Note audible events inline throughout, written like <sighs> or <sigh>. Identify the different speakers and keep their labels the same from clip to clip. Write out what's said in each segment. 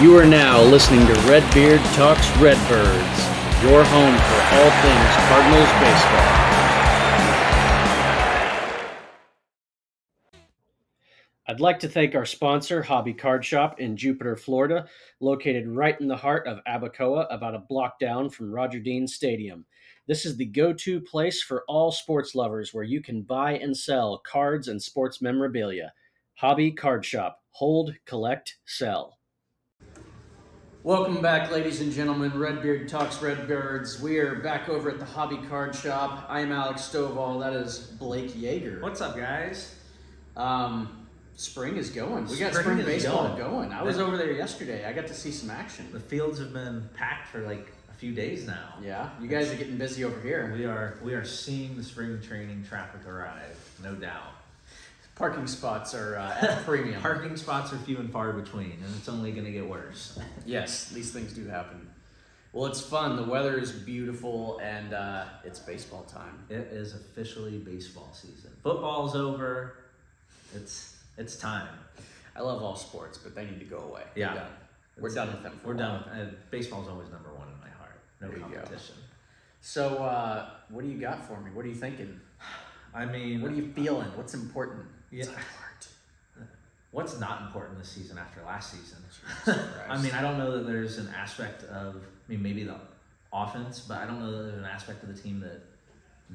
Speaker 1: You are now listening to Redbeard Talks Redbirds, your home for all things Cardinals baseball. I'd like to thank our sponsor, Hobby Card Shop in Jupiter, Florida, located right in the heart of Abacoa, about a block down from Roger Dean Stadium. This is the go to place for all sports lovers where you can buy and sell cards and sports memorabilia. Hobby Card Shop. Hold, collect, sell. Welcome back, ladies and gentlemen. Redbeard Talks Redbirds. We are back over at the Hobby Card Shop. I am Alex Stovall. That is Blake Yeager.
Speaker 2: What's up, guys?
Speaker 1: Um, spring is going. We got spring,
Speaker 2: Spring is
Speaker 1: baseball going.
Speaker 2: going.
Speaker 1: I was over there yesterday. I got to see some action.
Speaker 2: The fields have been packed for like a few days now.
Speaker 1: Yeah, you guys are getting busy over here.
Speaker 2: We are we are seeing the spring training traffic arrive, no doubt.
Speaker 1: Parking spots are uh, at a premium.
Speaker 2: Parking spots are few and far between, and it's only going to get worse.
Speaker 1: <laughs> Yes, these things do happen. Well, it's fun. The weather is beautiful, and uh, it's baseball time.
Speaker 2: It is officially baseball season. Football's over. It's it's time.
Speaker 1: I love all sports, but they need to go away.
Speaker 2: Yeah.
Speaker 1: We're done, We're
Speaker 2: It's-
Speaker 1: done with them. for
Speaker 2: We're
Speaker 1: a
Speaker 2: done. With, uh, baseball's always number one in my heart. No
Speaker 1: There you go.
Speaker 2: competition.
Speaker 1: So, uh, what do you got for me? What are you thinking?
Speaker 2: I mean,
Speaker 1: What are you feeling? What's important?
Speaker 2: Yeah.
Speaker 1: It's <laughs> hard.
Speaker 2: what's not important this season after last season?
Speaker 1: Jesus
Speaker 2: I
Speaker 1: Christ.
Speaker 2: mean, I don't know that there's an aspect of, I mean, maybe the offense, but I don't know that there's an aspect of the team that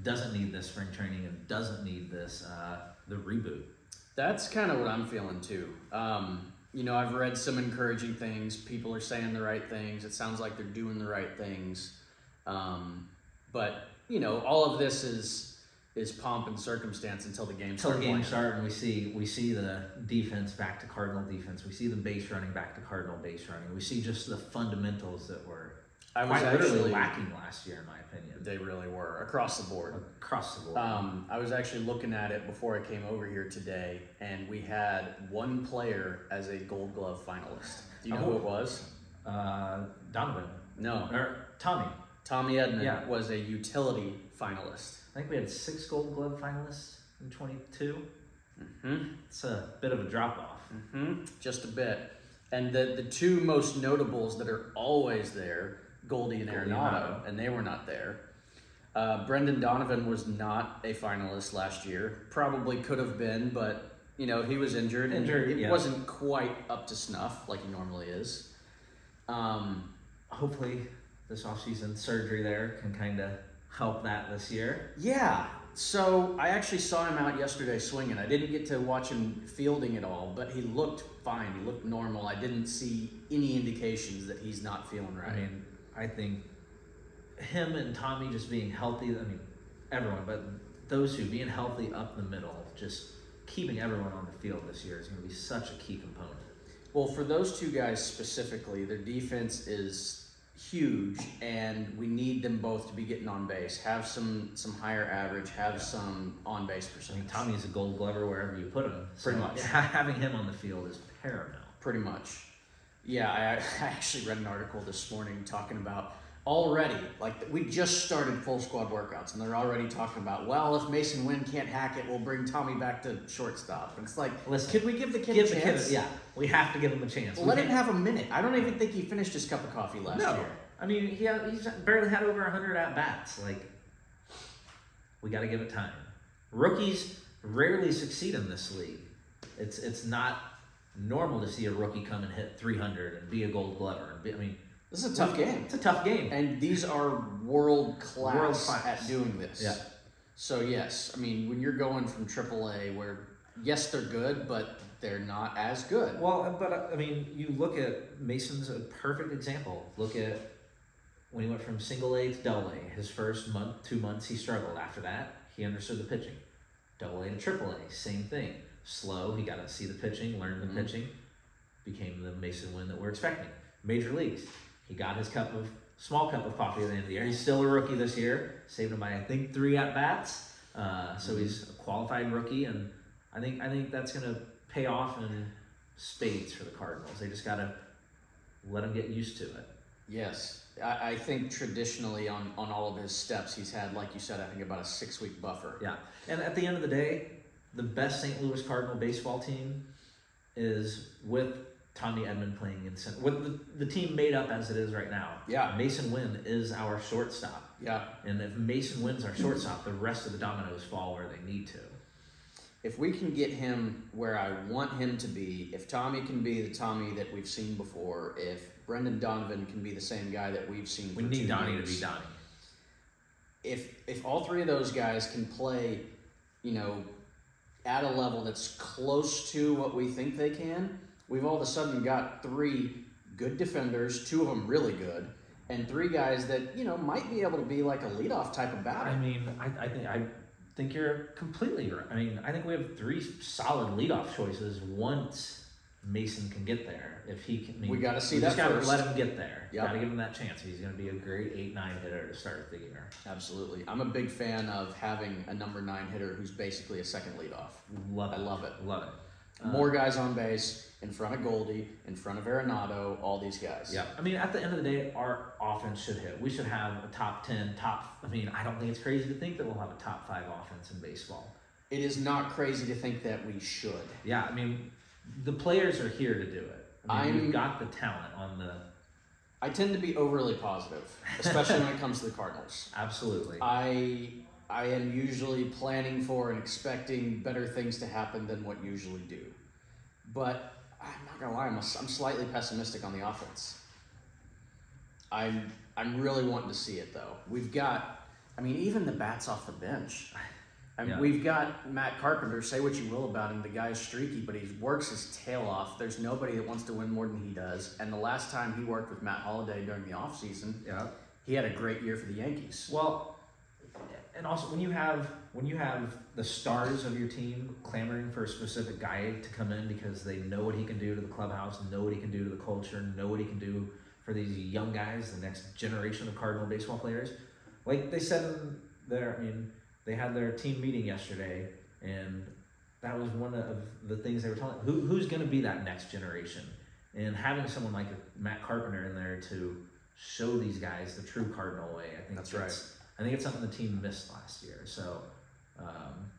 Speaker 2: doesn't need this spring training and doesn't need this, uh, the reboot.
Speaker 1: That's kind of what I'm feeling too. Um, you know, I've read some encouraging things. People are saying the right things. It sounds like they're doing the right things. Um, but you know, all of this is is pomp and circumstance until the game.
Speaker 2: Until the
Speaker 1: start
Speaker 2: game
Speaker 1: playing.
Speaker 2: starts and we see we see the defense back to Cardinal defense. We see the base running back to Cardinal base running. We see just the fundamentals that were
Speaker 1: I was
Speaker 2: quite literally
Speaker 1: actually-
Speaker 2: lacking last year, in my opinion,
Speaker 1: They really were across the board.
Speaker 2: across the board.
Speaker 1: Um, I was actually looking at it before I came over here today, and we had one player as a Gold Glove finalist. Do you
Speaker 2: Oh.
Speaker 1: know who it was?
Speaker 2: Uh, Donovan
Speaker 1: No,
Speaker 2: or Tommy.
Speaker 1: Tommy Edmond
Speaker 2: Yeah.
Speaker 1: was a utility finalist.
Speaker 2: I think we had six Gold Glove finalists in twenty two.
Speaker 1: Hmm?
Speaker 2: It's a bit of a drop off.
Speaker 1: hmm Just a bit. And the, the two most notables that are always there, Goldie and
Speaker 2: Goldie and
Speaker 1: Arenado, and they were not there. Uh, Brendan Donovan was not a finalist last year. Probably could have been, but you know he was injured. and
Speaker 2: Injured,
Speaker 1: It
Speaker 2: yeah.
Speaker 1: wasn't quite up to snuff like he normally is. Um,
Speaker 2: Hopefully, this offseason surgery there can kind of help that this year.
Speaker 1: Yeah. So I actually saw him out yesterday swinging. I didn't get to watch him fielding at all, but he looked fine. He looked normal. I didn't see any indications that he's not feeling right.
Speaker 2: I mean, I think him and Tommy just being healthy, I mean, everyone, but those two being healthy up the middle, just keeping everyone on the field this year is going to be such a key component.
Speaker 1: well, for those two guys specifically, their defense is huge, and we need them both to be getting on base, have some some higher average, have some on base
Speaker 2: I
Speaker 1: percentage.
Speaker 2: mean, Tommy is a gold glover wherever you put him.
Speaker 1: Pretty much.
Speaker 2: <laughs> Having him on the field is paramount.
Speaker 1: Pretty much. Yeah, I, <laughs> I actually read an article this morning talking about already, like, we just started full squad workouts, and they're already talking about, well, if Mason Wynn can't hack it, we'll bring Tommy back to shortstop. And it's like,
Speaker 2: Listen,
Speaker 1: could we give the kid
Speaker 2: Give
Speaker 1: a
Speaker 2: the
Speaker 1: chance?
Speaker 2: kid, yeah, we have to give him a chance. We
Speaker 1: Let
Speaker 2: can't-
Speaker 1: him have a minute. I don't even think he finished his cup of coffee last
Speaker 2: No,
Speaker 1: year.
Speaker 2: I mean he had, he's barely had over hundred at bats. Like we got to give it time. Rookies rarely succeed in this league. It's it's not normal to see a rookie come and hit three hundred and be a Gold Glover. And be, I mean
Speaker 1: This is a tough game.
Speaker 2: it's a tough game.
Speaker 1: And these are world class,
Speaker 2: World class.
Speaker 1: at doing this.
Speaker 2: Yeah.
Speaker 1: So yes, I mean when you're going from AAA, where yes they're good, but they're not as good.
Speaker 2: Well, but uh, I mean, you look at Mason's a perfect example. Look at when he went from single A to double A. His first month, two months, he struggled. After that, he understood the pitching. Double A to triple A, same thing. Slow, he got to see the pitching, learn the pitching, became the Mason win that we're expecting. Major leagues, he got his cup of small cup of coffee at the end of the year. He's still a rookie this year, saved him by I think three at bats. Uh, so he's a qualified rookie, and I think I think that's gonna pay off in spades for the Cardinals. They just gotta let him get used to it.
Speaker 1: Yes. I, I think traditionally on, on all of his steps, he's had, like you said, I think about a six week buffer.
Speaker 2: Yeah. And at the end of the day, the best St. Louis Cardinal baseball team is with Tommy Edmond playing in center. What the, the team made up as it is right now.
Speaker 1: Yeah.
Speaker 2: Mason Wynn is our shortstop.
Speaker 1: Yeah.
Speaker 2: And if Mason Wynn's our shortstop, the rest of the dominoes fall where they need to.
Speaker 1: If we can get him where I want him to be, if Tommy can be the Tommy that we've seen before, if Brendan Donovan can be the same guy that we've seen
Speaker 2: We
Speaker 1: for two
Speaker 2: need Donnie to
Speaker 1: years,
Speaker 2: be Donnie.
Speaker 1: if if all three of those guys can play, you know, at a level that's close to what we think they can, we've all of a sudden got three good defenders, two of them really good, and three guys that you know might be able to be like a leadoff type of batter.
Speaker 2: I mean, I, I think I think you're completely right. I mean, I think we have three solid leadoff choices once Mason can get there. If he can, I mean,
Speaker 1: We gotta see
Speaker 2: we just
Speaker 1: that
Speaker 2: gotta
Speaker 1: first.
Speaker 2: let him get there.
Speaker 1: Yep.
Speaker 2: Gotta give him that chance. He's gonna be a great eight nine hitter to start the year.
Speaker 1: Absolutely, I'm a big fan of having a number nine hitter who's basically a second leadoff.
Speaker 2: Love
Speaker 1: I
Speaker 2: it.
Speaker 1: love it.
Speaker 2: Love it. Uh,
Speaker 1: More guys on base in front of Goldie, in front of Arenado, all these guys.
Speaker 2: Yeah, I mean, at the end of the day, our offense should hit. We should have a top ten, top. I mean, I don't think it's crazy to think that we'll have a top five offense in baseball.
Speaker 1: It is not crazy to think that we should.
Speaker 2: Yeah, I mean, the players are here to do it. I mean,
Speaker 1: I'm-
Speaker 2: we've got the talent on the
Speaker 1: I tend to be overly positive, especially when it comes to the Cardinals.
Speaker 2: absolutely.
Speaker 1: I I am usually planning for and expecting better things to happen than what usually do. But I'm not gonna lie, I'm, a, I'm slightly pessimistic on the offense. I'm I'm really wanting to see it though. We've got, I mean, even the bats off the bench. I mean,
Speaker 2: Yeah.
Speaker 1: We've got Matt Carpenter. Say what you will about him, the guy's streaky, but he works his tail off. There's nobody that wants to win more than he does. And the last time he worked with Matt Holliday during the offseason,
Speaker 2: yeah.
Speaker 1: he had a great year for the Yankees.
Speaker 2: Well, and also when you have when you have the stars of your team clamoring for a specific guy to come in because they know what he can do to the clubhouse, know what he can do to the culture, know what he can do for these young guys, the next generation of Cardinal baseball players. Like they said in their, I mean, they had their team meeting yesterday, and that was one of the things they were talking. Who, who's going to be that next generation? And having someone like Matt Carpenter in there to show these guys the true Cardinal way, I think
Speaker 1: That's
Speaker 2: it's- I think it's something the team missed last year. So, um,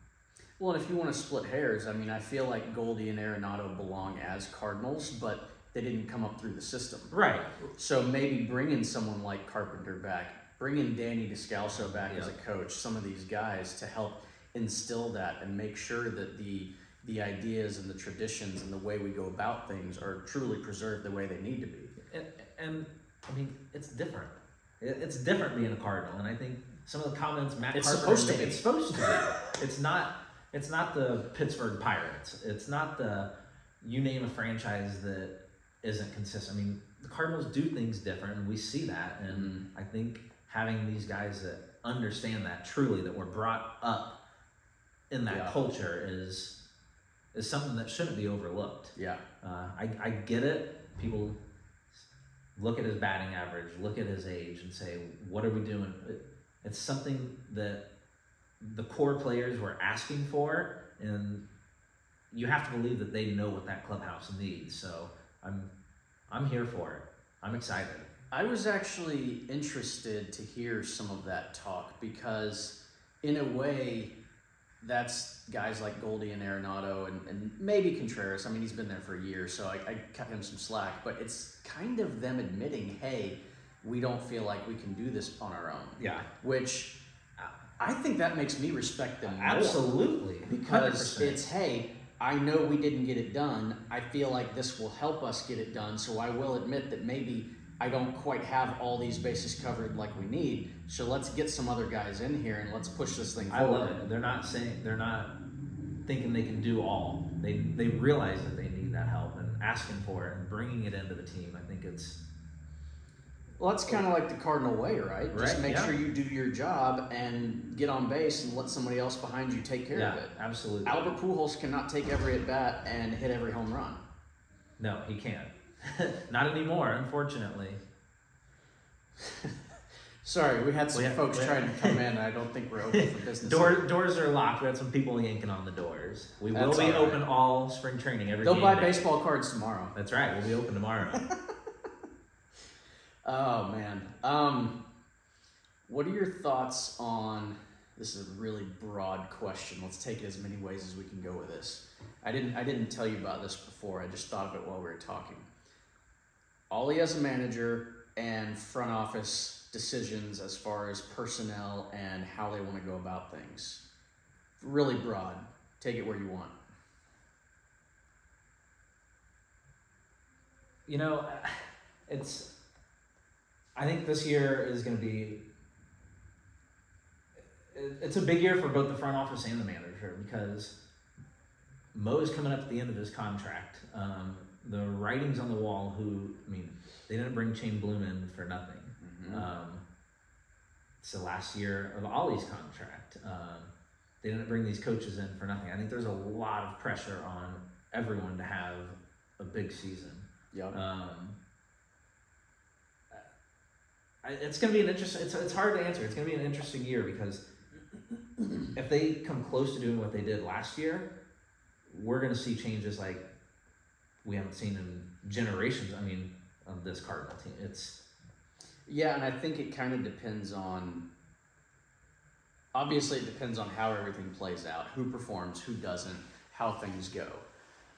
Speaker 1: Well, and if you want to split hairs, I mean, I feel like Goldie and Arenado belong as Cardinals, but they didn't come up through the system.
Speaker 2: right,
Speaker 1: So maybe bringing someone like Carpenter back, bringing Danny Descalso back as a coach, some of these guys to help instill that and make sure that the the ideas and the traditions and the way we go about things are truly preserved the way they need to be.
Speaker 2: and, and I mean it's different. It- It's different being a Cardinal, and I think some of the comments Matt
Speaker 1: It's
Speaker 2: Carpenter
Speaker 1: supposed to
Speaker 2: made-
Speaker 1: be.
Speaker 2: It's supposed to be. It's not. It's not the Pittsburgh Pirates. It's not the you name a franchise that isn't consistent. I mean, the Cardinals do things different, and we see that. And
Speaker 1: Mm-hmm.
Speaker 2: I think having these guys that understand that truly, that were brought up in that
Speaker 1: Yeah.
Speaker 2: culture, is is something that shouldn't be overlooked.
Speaker 1: Yeah.
Speaker 2: Uh, I, I get it. People look at his batting average, look at his age, and say, "What are we doing?" It- It's something that the core players were asking for, and you have to believe that they know what that clubhouse needs. So I'm, I'm here for it. I'm excited.
Speaker 1: I was actually interested to hear some of that talk because, in a way, that's guys like Goldie and Arenado and, and maybe Contreras. I mean, he's been there for a year, so I, I cut him some slack, but it's kind of them admitting, hey, we don't feel like we can do this on our own,
Speaker 2: Yeah,
Speaker 1: which I- I think that makes me respect them more
Speaker 2: absolutely.
Speaker 1: because
Speaker 2: 100%.
Speaker 1: it's hey i know we didn't get it done i feel like this will help us get it done so i will admit that maybe i don't quite have all these bases covered like we need so let's get some other guys in here and let's push this thing
Speaker 2: I
Speaker 1: forward
Speaker 2: love it. They're not saying they're not thinking they can do all. They they realize that they need that help and asking for it and bringing it into the team. I think it's
Speaker 1: well that's kind of like the cardinal way right, just
Speaker 2: Right,
Speaker 1: make
Speaker 2: yeah.
Speaker 1: sure you do your job and get on base and let somebody else behind you take care
Speaker 2: yeah,
Speaker 1: of it
Speaker 2: absolutely.
Speaker 1: albert pujols cannot take every at bat and hit every home run
Speaker 2: No, he can't. <laughs> not anymore, unfortunately.
Speaker 1: sorry we had some
Speaker 2: We have-
Speaker 1: folks
Speaker 2: we have-
Speaker 1: trying to come in i don't think we're open
Speaker 2: <laughs>
Speaker 1: for business
Speaker 2: Door, doors are locked. We had some people yanking on the doors. We will
Speaker 1: That's
Speaker 2: be
Speaker 1: all right.
Speaker 2: open all spring training every
Speaker 1: they'll
Speaker 2: game
Speaker 1: buy
Speaker 2: day.
Speaker 1: baseball cards tomorrow
Speaker 2: That's right. We'll be open tomorrow.
Speaker 1: Oh man. Um what are your thoughts on this is a really broad question. Let's take it as many ways as we can go with this. I didn't I didn't tell you about this before. I just thought of it while we were talking. Ollie as a manager and front office decisions as far as personnel and how they want to go about things. Really broad. Take it where you want.
Speaker 2: You know, <sighs> it's. I think this year is going to be. it- It's a big year for both the front office and the manager because Mo is coming up at the end of his contract. Um, the writing's on the wall. Who I mean, they didn't bring Shane Bloom in for nothing.
Speaker 1: Mm-hmm. Uh,
Speaker 2: Um, so last year of Ollie's contract, um, they didn't bring these coaches in for nothing. I think there's a lot of pressure on everyone to have a big season.
Speaker 1: Yep.
Speaker 2: Um, I- it's going to be an interesting. It's it's hard to answer. It's going to be an interesting year because if they come close to doing what they did last year, we're going to see changes like we haven't seen in generations. I mean, of this Cardinal team, it's
Speaker 1: Yeah, and I think it kind of depends on. Obviously, it depends on how everything plays out, who performs, who doesn't, how things go.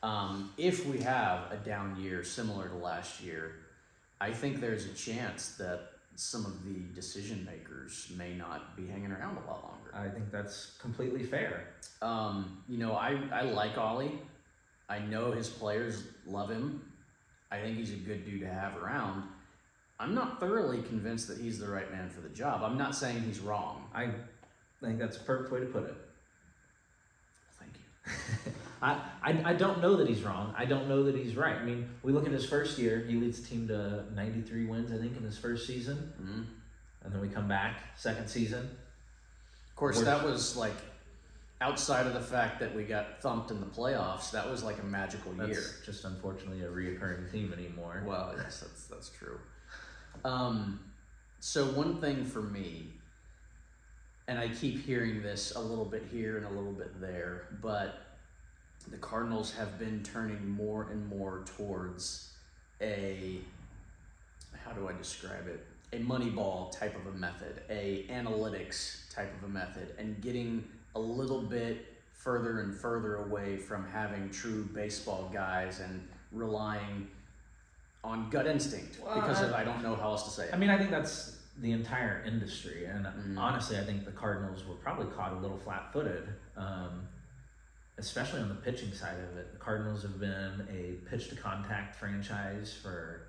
Speaker 1: Um, if we have a down year similar to last year, I think there's a chance that some of the decision makers may not be hanging around a lot longer.
Speaker 2: I think that's completely fair.
Speaker 1: Um, you know, I, I like Ollie. I know his players love him. I think he's a good dude to have around. I'm not thoroughly convinced that he's the right man for the job. I'm not saying he's wrong.
Speaker 2: I think that's a perfect way to put it.
Speaker 1: Thank you.
Speaker 2: I, I, I don't know that he's wrong. I don't know that he's right. I mean, we look at his first year. He leads the team to 93 wins, I think, in his first season.
Speaker 1: Mhm.
Speaker 2: And then we come back, second season.
Speaker 1: Of course,
Speaker 2: We're-
Speaker 1: that was like outside of the fact that we got thumped in the playoffs. That was like a magical
Speaker 2: That's
Speaker 1: year.
Speaker 2: just unfortunately a reoccurring theme anymore.
Speaker 1: Well, yes, that's that's true. Um, so one thing for me, and I keep hearing this a little bit here and a little bit there, but the Cardinals have been turning more and more towards a how do I describe it? A Moneyball type of a method, a analytics type of a method, and getting a little bit further and further away from having true baseball guys and relying on gut instinct
Speaker 2: Well,
Speaker 1: because
Speaker 2: I-
Speaker 1: of, I don't know how else to say it.
Speaker 2: I mean, I think that's the entire industry. And
Speaker 1: Mm.
Speaker 2: honestly, I think the Cardinals were probably caught a little flat footed, um, especially on the pitching side of it. The Cardinals have been a pitch to contact franchise for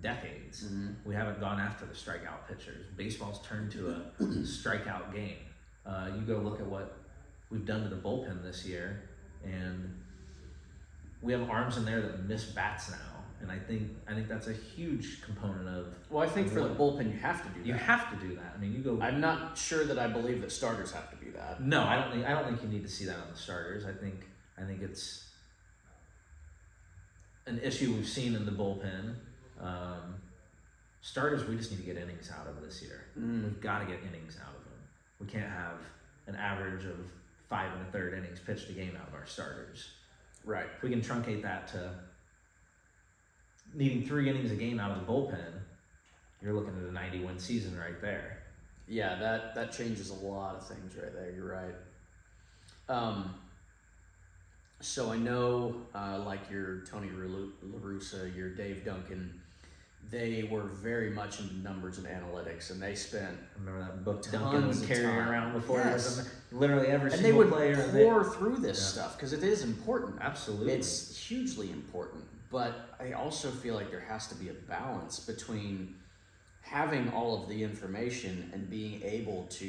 Speaker 2: decades.
Speaker 1: Mhm.
Speaker 2: We haven't gone after the strikeout pitchers. Baseball's turned to a strikeout game. Uh, you go look at what we've done to the bullpen this year, and we have arms in there that miss bats now. And I think I think that's a huge component of
Speaker 1: Well, I think for the bullpen, you have to do that.
Speaker 2: you have to do that. I mean, you go.
Speaker 1: I'm not sure that I believe that starters have to do that.
Speaker 2: no, I don't think I don't think you need to see that on the starters. I think I think it's an issue we've seen in the bullpen. Um, starters, we just need to get innings out of this year.
Speaker 1: Mm.
Speaker 2: We've got to get innings out of them. We can't have an average of five and a third innings pitched a game out of our starters.
Speaker 1: Right.
Speaker 2: If we can truncate that to needing three innings a game out of the bullpen, you're looking at a 90 win season right there.
Speaker 1: Yeah, that that changes a lot of things right there. You're right. Um, so I know, uh, like your Tony Ru- LaRussa, your Dave Duncan, they were very much into numbers and analytics, and they spent
Speaker 2: Remember that book
Speaker 1: Tons
Speaker 2: Duncan was
Speaker 1: of
Speaker 2: carrying
Speaker 1: time.
Speaker 2: around before? he was
Speaker 1: Yes.
Speaker 2: on the- Literally every
Speaker 1: and
Speaker 2: single
Speaker 1: they would
Speaker 2: player.
Speaker 1: pour
Speaker 2: they-
Speaker 1: through this
Speaker 2: Yeah.
Speaker 1: stuff because it is important.
Speaker 2: absolutely.
Speaker 1: It's hugely important, but I also feel like there has to be a balance between having all of the information and being able to,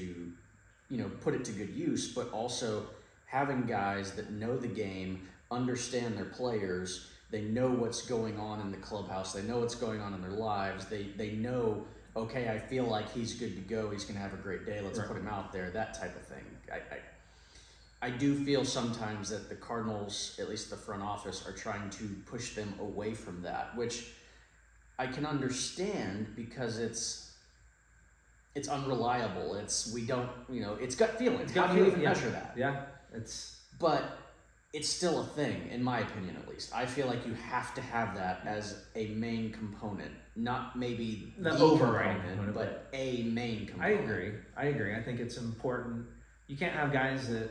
Speaker 1: you know, put it to good use, but also having guys that know the game, understand their players, they know what's going on in the clubhouse, they know what's going on in their lives, they they know okay, I feel like he's good to go, he's going to have a great day, let's
Speaker 2: Right.
Speaker 1: put him out there, that type of thing. I, I I do feel sometimes that the Cardinals, at least the front office, are trying to push them away from that, which I can understand because it's it's unreliable. It's we don't you know it's gut feeling. How do you even
Speaker 2: yeah.
Speaker 1: measure that?
Speaker 2: Yeah, it's
Speaker 1: But it's still a thing, in my opinion, at least. I feel like you have to have that as a main component, not maybe
Speaker 2: The
Speaker 1: the
Speaker 2: overriding
Speaker 1: component,
Speaker 2: component,
Speaker 1: but a main
Speaker 2: I
Speaker 1: component.
Speaker 2: agree. I agree. I think it's important. You can't have guys that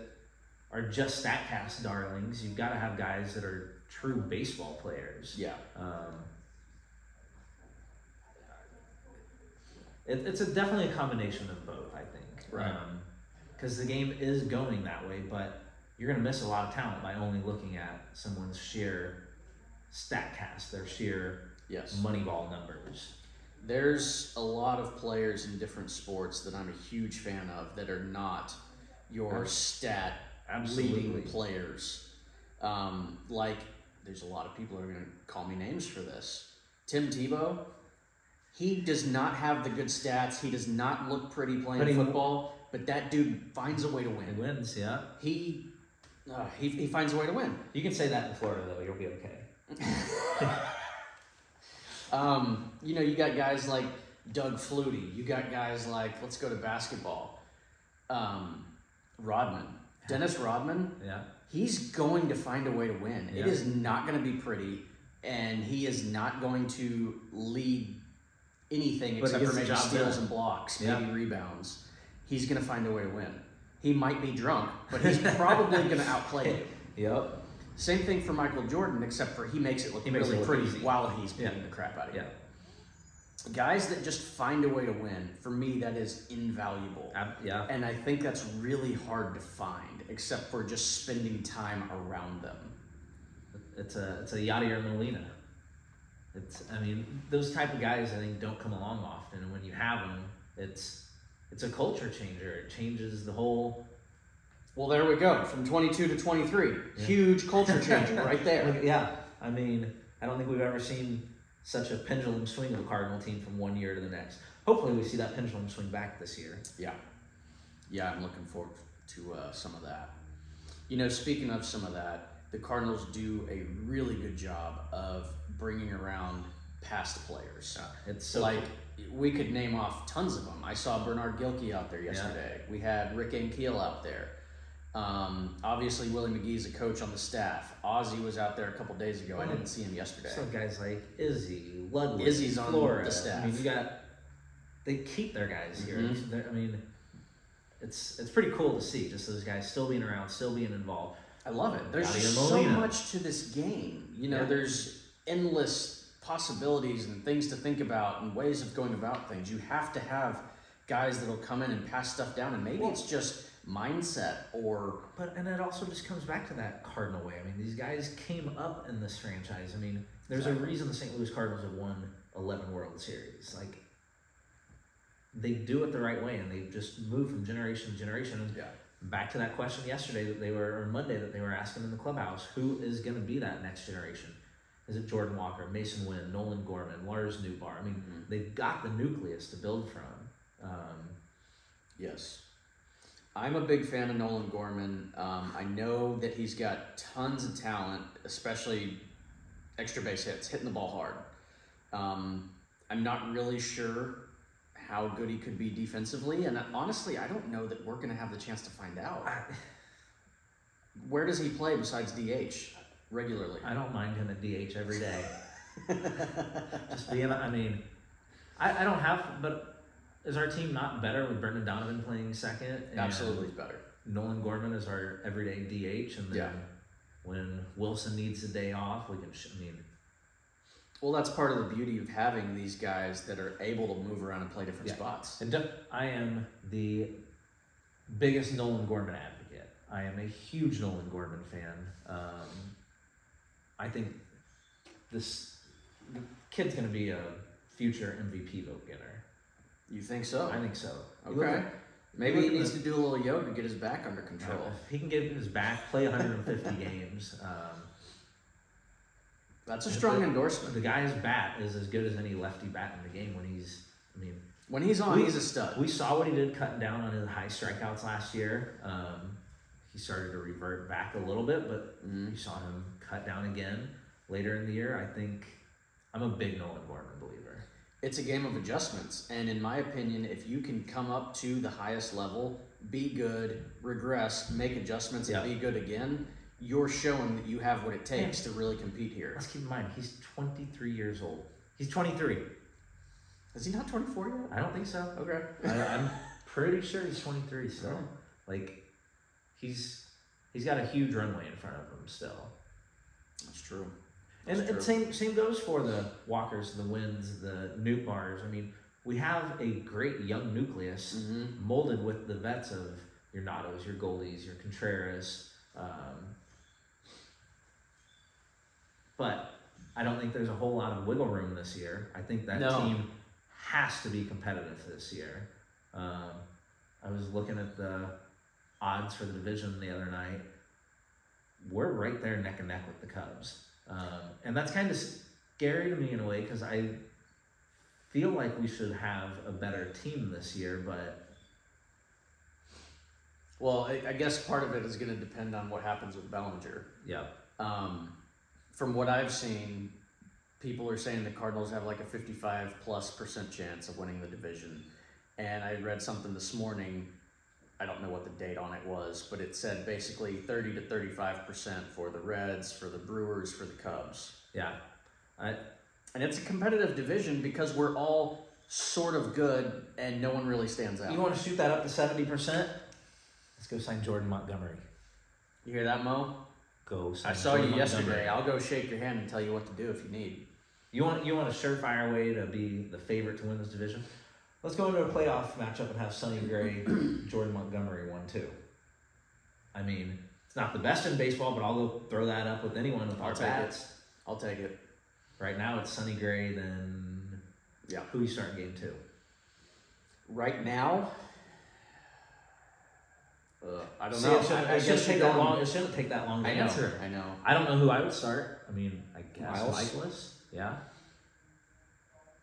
Speaker 2: are just Statcast darlings. You've got to have guys that are true baseball players.
Speaker 1: Yeah.
Speaker 2: Um, It, it's a, definitely a combination of both, I think.
Speaker 1: Right.
Speaker 2: Because the game is going that way, but you're going to miss a lot of talent by only looking at someone's sheer stat cast, their sheer
Speaker 1: Yes.
Speaker 2: money ball numbers.
Speaker 1: There's a lot of players in different sports that I'm a huge fan of that are not your stat leading players. Um, like, there's a lot of people who are going to call me names for this. Tim Tebow, he does not have the good stats. He does not look pretty playing
Speaker 2: But he-
Speaker 1: football, but that dude finds a way to
Speaker 2: He
Speaker 1: win.
Speaker 2: wins, yeah.
Speaker 1: He, uh, he, he finds a way to win.
Speaker 2: You can say that in Florida, though. You'll be okay.
Speaker 1: Um, you know, you got guys like Doug Flutie. You got guys like, let's go to basketball, um, Rodman. Dennis Rodman,
Speaker 2: Yeah.
Speaker 1: he's going to find a way to win. It
Speaker 2: Yeah.
Speaker 1: is not going to be pretty, and he is not going to lead anything
Speaker 2: But he
Speaker 1: except
Speaker 2: gets
Speaker 1: for
Speaker 2: the
Speaker 1: maybe
Speaker 2: job
Speaker 1: steals
Speaker 2: done.
Speaker 1: and blocks,
Speaker 2: Yeah.
Speaker 1: maybe rebounds. He's going to find a way to win. He might be drunk, but
Speaker 2: <laughs>
Speaker 1: he's probably going to outplay you.
Speaker 2: Yep.
Speaker 1: Same thing for Michael Jordan, except for he makes it look
Speaker 2: He
Speaker 1: really
Speaker 2: makes it look
Speaker 1: pretty
Speaker 2: easy.
Speaker 1: while he's beating
Speaker 2: Yeah.
Speaker 1: the crap out of you
Speaker 2: Yeah.
Speaker 1: guys that just find a way to win for me that is invaluable
Speaker 2: Ab- yeah.
Speaker 1: and i think that's really hard to find except for just spending time around them
Speaker 2: It's a it's a Yadier Molina. It's I mean those type of guys I think don't come along often, and when you have them, it's it's a culture changer. It changes the whole.
Speaker 1: well there we go from 22 to 23 huge
Speaker 2: <laughs>
Speaker 1: culture changer <laughs> right there
Speaker 2: Like, yeah, I mean I don't think we've ever seen such a pendulum swing of a Cardinal team from one year to the next. Hopefully we see that pendulum swing back this year.
Speaker 1: yeah yeah i'm looking forward to uh, some of that you know speaking of some of that the cardinals do a really good job of bringing around past players
Speaker 2: It's so
Speaker 1: like we could name off tons of them. I saw Bernard Gilkey out there yesterday. We had Rick Ankiel out there. Um, obviously, Willie McGee's a coach on the staff. Ozzy was out there a couple days
Speaker 2: Oh.
Speaker 1: ago. I didn't see him yesterday.
Speaker 2: Some guys like Izzy, Ludwig,
Speaker 1: Izzy's on
Speaker 2: Flora.
Speaker 1: the staff.
Speaker 2: I mean, you got they keep their guys here.
Speaker 1: Mhm.
Speaker 2: They're- I mean, it's it's pretty cool to see just those guys still being around, still being involved.
Speaker 1: I love it. There's
Speaker 2: Yadier
Speaker 1: just so
Speaker 2: Molina.
Speaker 1: much to this game. You know,
Speaker 2: Yeah.
Speaker 1: there's endless possibilities and things to think about and ways of going about things. You have to have guys that'll come in and pass stuff down, and maybe
Speaker 2: Well-
Speaker 1: it's just mindset or
Speaker 2: But and it also just comes back to that Cardinal way. I mean, these guys came up in this franchise. I mean, there's a
Speaker 1: Exactly.
Speaker 2: reason the St. Louis Cardinals have won 11 World Series. Like they do it the right way, and they've just moved from generation to generation. And
Speaker 1: yeah.
Speaker 2: back to that question yesterday that they were or Monday that they were asking in the clubhouse, who is going to be that next generation? Is it Jordan Walker, Mason Wynn, Nolan Gorman, Lars Newbar? I mean,
Speaker 1: Mm-hmm.
Speaker 2: they've got the nucleus to build from. Um,
Speaker 1: Yes. I'm a big fan of Nolan Gorman. Um, I know that he's got tons of talent, especially extra base hits, hitting the ball hard. Um, I'm not really sure how good he could be defensively, and honestly, I don't know that we're going to have the chance to find out.
Speaker 2: I-
Speaker 1: Where does he play besides DH regularly?
Speaker 2: I don't mind him at DH
Speaker 1: <laughs>
Speaker 2: every day. Just being, I mean, I, I don't have, but is our team not better with Brendan Donovan playing second? and
Speaker 1: Absolutely better.
Speaker 2: Nolan Gorman is our everyday DH, and then
Speaker 1: Yeah.
Speaker 2: when Wilson needs a day off, we can. Sh- I mean,
Speaker 1: Well, that's part of the beauty of having these guys that are able to move around and play different
Speaker 2: Yeah.
Speaker 1: spots.
Speaker 2: And def- I am the biggest Nolan Gorman advocate. I am a huge Nolan Gorman fan. Um, I think this the kid's going to be a future MVP vote winner.
Speaker 1: You think so?
Speaker 2: I think so. You look
Speaker 1: Oh. Okay.
Speaker 2: at-
Speaker 1: Maybe he
Speaker 2: look at
Speaker 1: needs
Speaker 2: the-
Speaker 1: to do a little yoga, get his back under control.
Speaker 2: If he can get his back, play 150 games. Um,
Speaker 1: That's a strong endorsement.
Speaker 2: the guy's bat is as good as any lefty bat in the game when he's. I mean,
Speaker 1: When he's on,
Speaker 2: We-
Speaker 1: he's a stud.
Speaker 2: We saw what he did cutting down on his high strikeouts last year. Um, he started to revert back a little bit, but
Speaker 1: Mm-hmm.
Speaker 2: you saw him cut down again later in the year. I think I'm a big Nolan Gorman believer.
Speaker 1: It's a game of adjustments. And in my opinion, if you can come up to the highest level, be good, regress, make adjustments, and
Speaker 2: Yeah.
Speaker 1: be good again, you're showing that you have what it takes to really compete here.
Speaker 2: Let's keep in mind he's 23 years old. He's 23.
Speaker 1: Is he not 24 yet?
Speaker 2: I don't think so.
Speaker 1: Okay.
Speaker 2: I, I'm pretty sure he's 23 still.
Speaker 1: Alright.
Speaker 2: Like he's he's got a huge runway in front of him still.
Speaker 1: That's true.
Speaker 2: And,
Speaker 1: That's
Speaker 2: and
Speaker 1: true.
Speaker 2: same same goes for the Walkers, the Winds, the Newt Bars. I mean, we have a great young nucleus
Speaker 1: Mm-hmm.
Speaker 2: molded with the vets of your Nados, your Goldies, your Contreras. Um, but I don't think there's a whole lot of wiggle room this year. I think that
Speaker 1: No.
Speaker 2: team has to be competitive this year. Um, I was looking at the odds for the division the other night. We're right there neck and neck with the Cubs. Um, and that's kind of scary to me in a way because I feel like we should have a better team this year, but
Speaker 1: Well, I, I guess part of it is going to depend on what happens with Bellinger.
Speaker 2: Yeah.
Speaker 1: Um, from what I've seen, people are saying the Cardinals have like a 55 plus percent chance of winning the division. And I read something this morning. I don't know what the date on it was, but it said basically 30 to 35 percent for the Reds, for the Brewers, for the Cubs.
Speaker 2: Yeah.
Speaker 1: And it's a competitive division because we're all sort of good and no one really stands out.
Speaker 2: You
Speaker 1: You,
Speaker 2: want to shoot that up to 70%? Let's go sign Jordan Montgomery.
Speaker 1: hear that, Mo?
Speaker 2: Go sign
Speaker 1: I saw
Speaker 2: Jordan
Speaker 1: you
Speaker 2: Montgomery.
Speaker 1: yesterday. I'll go shake your hand and tell you what to do if you need.
Speaker 2: You want you want a surefire way to be the favorite to win this division? Let's go into a playoff matchup and have Sonny Gray, <clears throat> Jordan Montgomery one two. I mean, it's not the best in baseball, but I'll go throw that up with anyone with
Speaker 1: I'll
Speaker 2: our
Speaker 1: take it.
Speaker 2: bats.
Speaker 1: I'll take it.
Speaker 2: Right now it's Sonny Gray, then
Speaker 1: Yeah.
Speaker 2: who you start game two?
Speaker 1: Right now, uh, I don't
Speaker 2: See,
Speaker 1: know.
Speaker 2: It shouldn't,
Speaker 1: I, I
Speaker 2: it shouldn't
Speaker 1: guess
Speaker 2: take
Speaker 1: you
Speaker 2: that
Speaker 1: don't-
Speaker 2: long. It shouldn't take that long to
Speaker 1: I know.
Speaker 2: answer.
Speaker 1: I know.
Speaker 2: I don't know who I would start. I mean, I guess
Speaker 1: Miles?
Speaker 2: Michaelis. Yeah,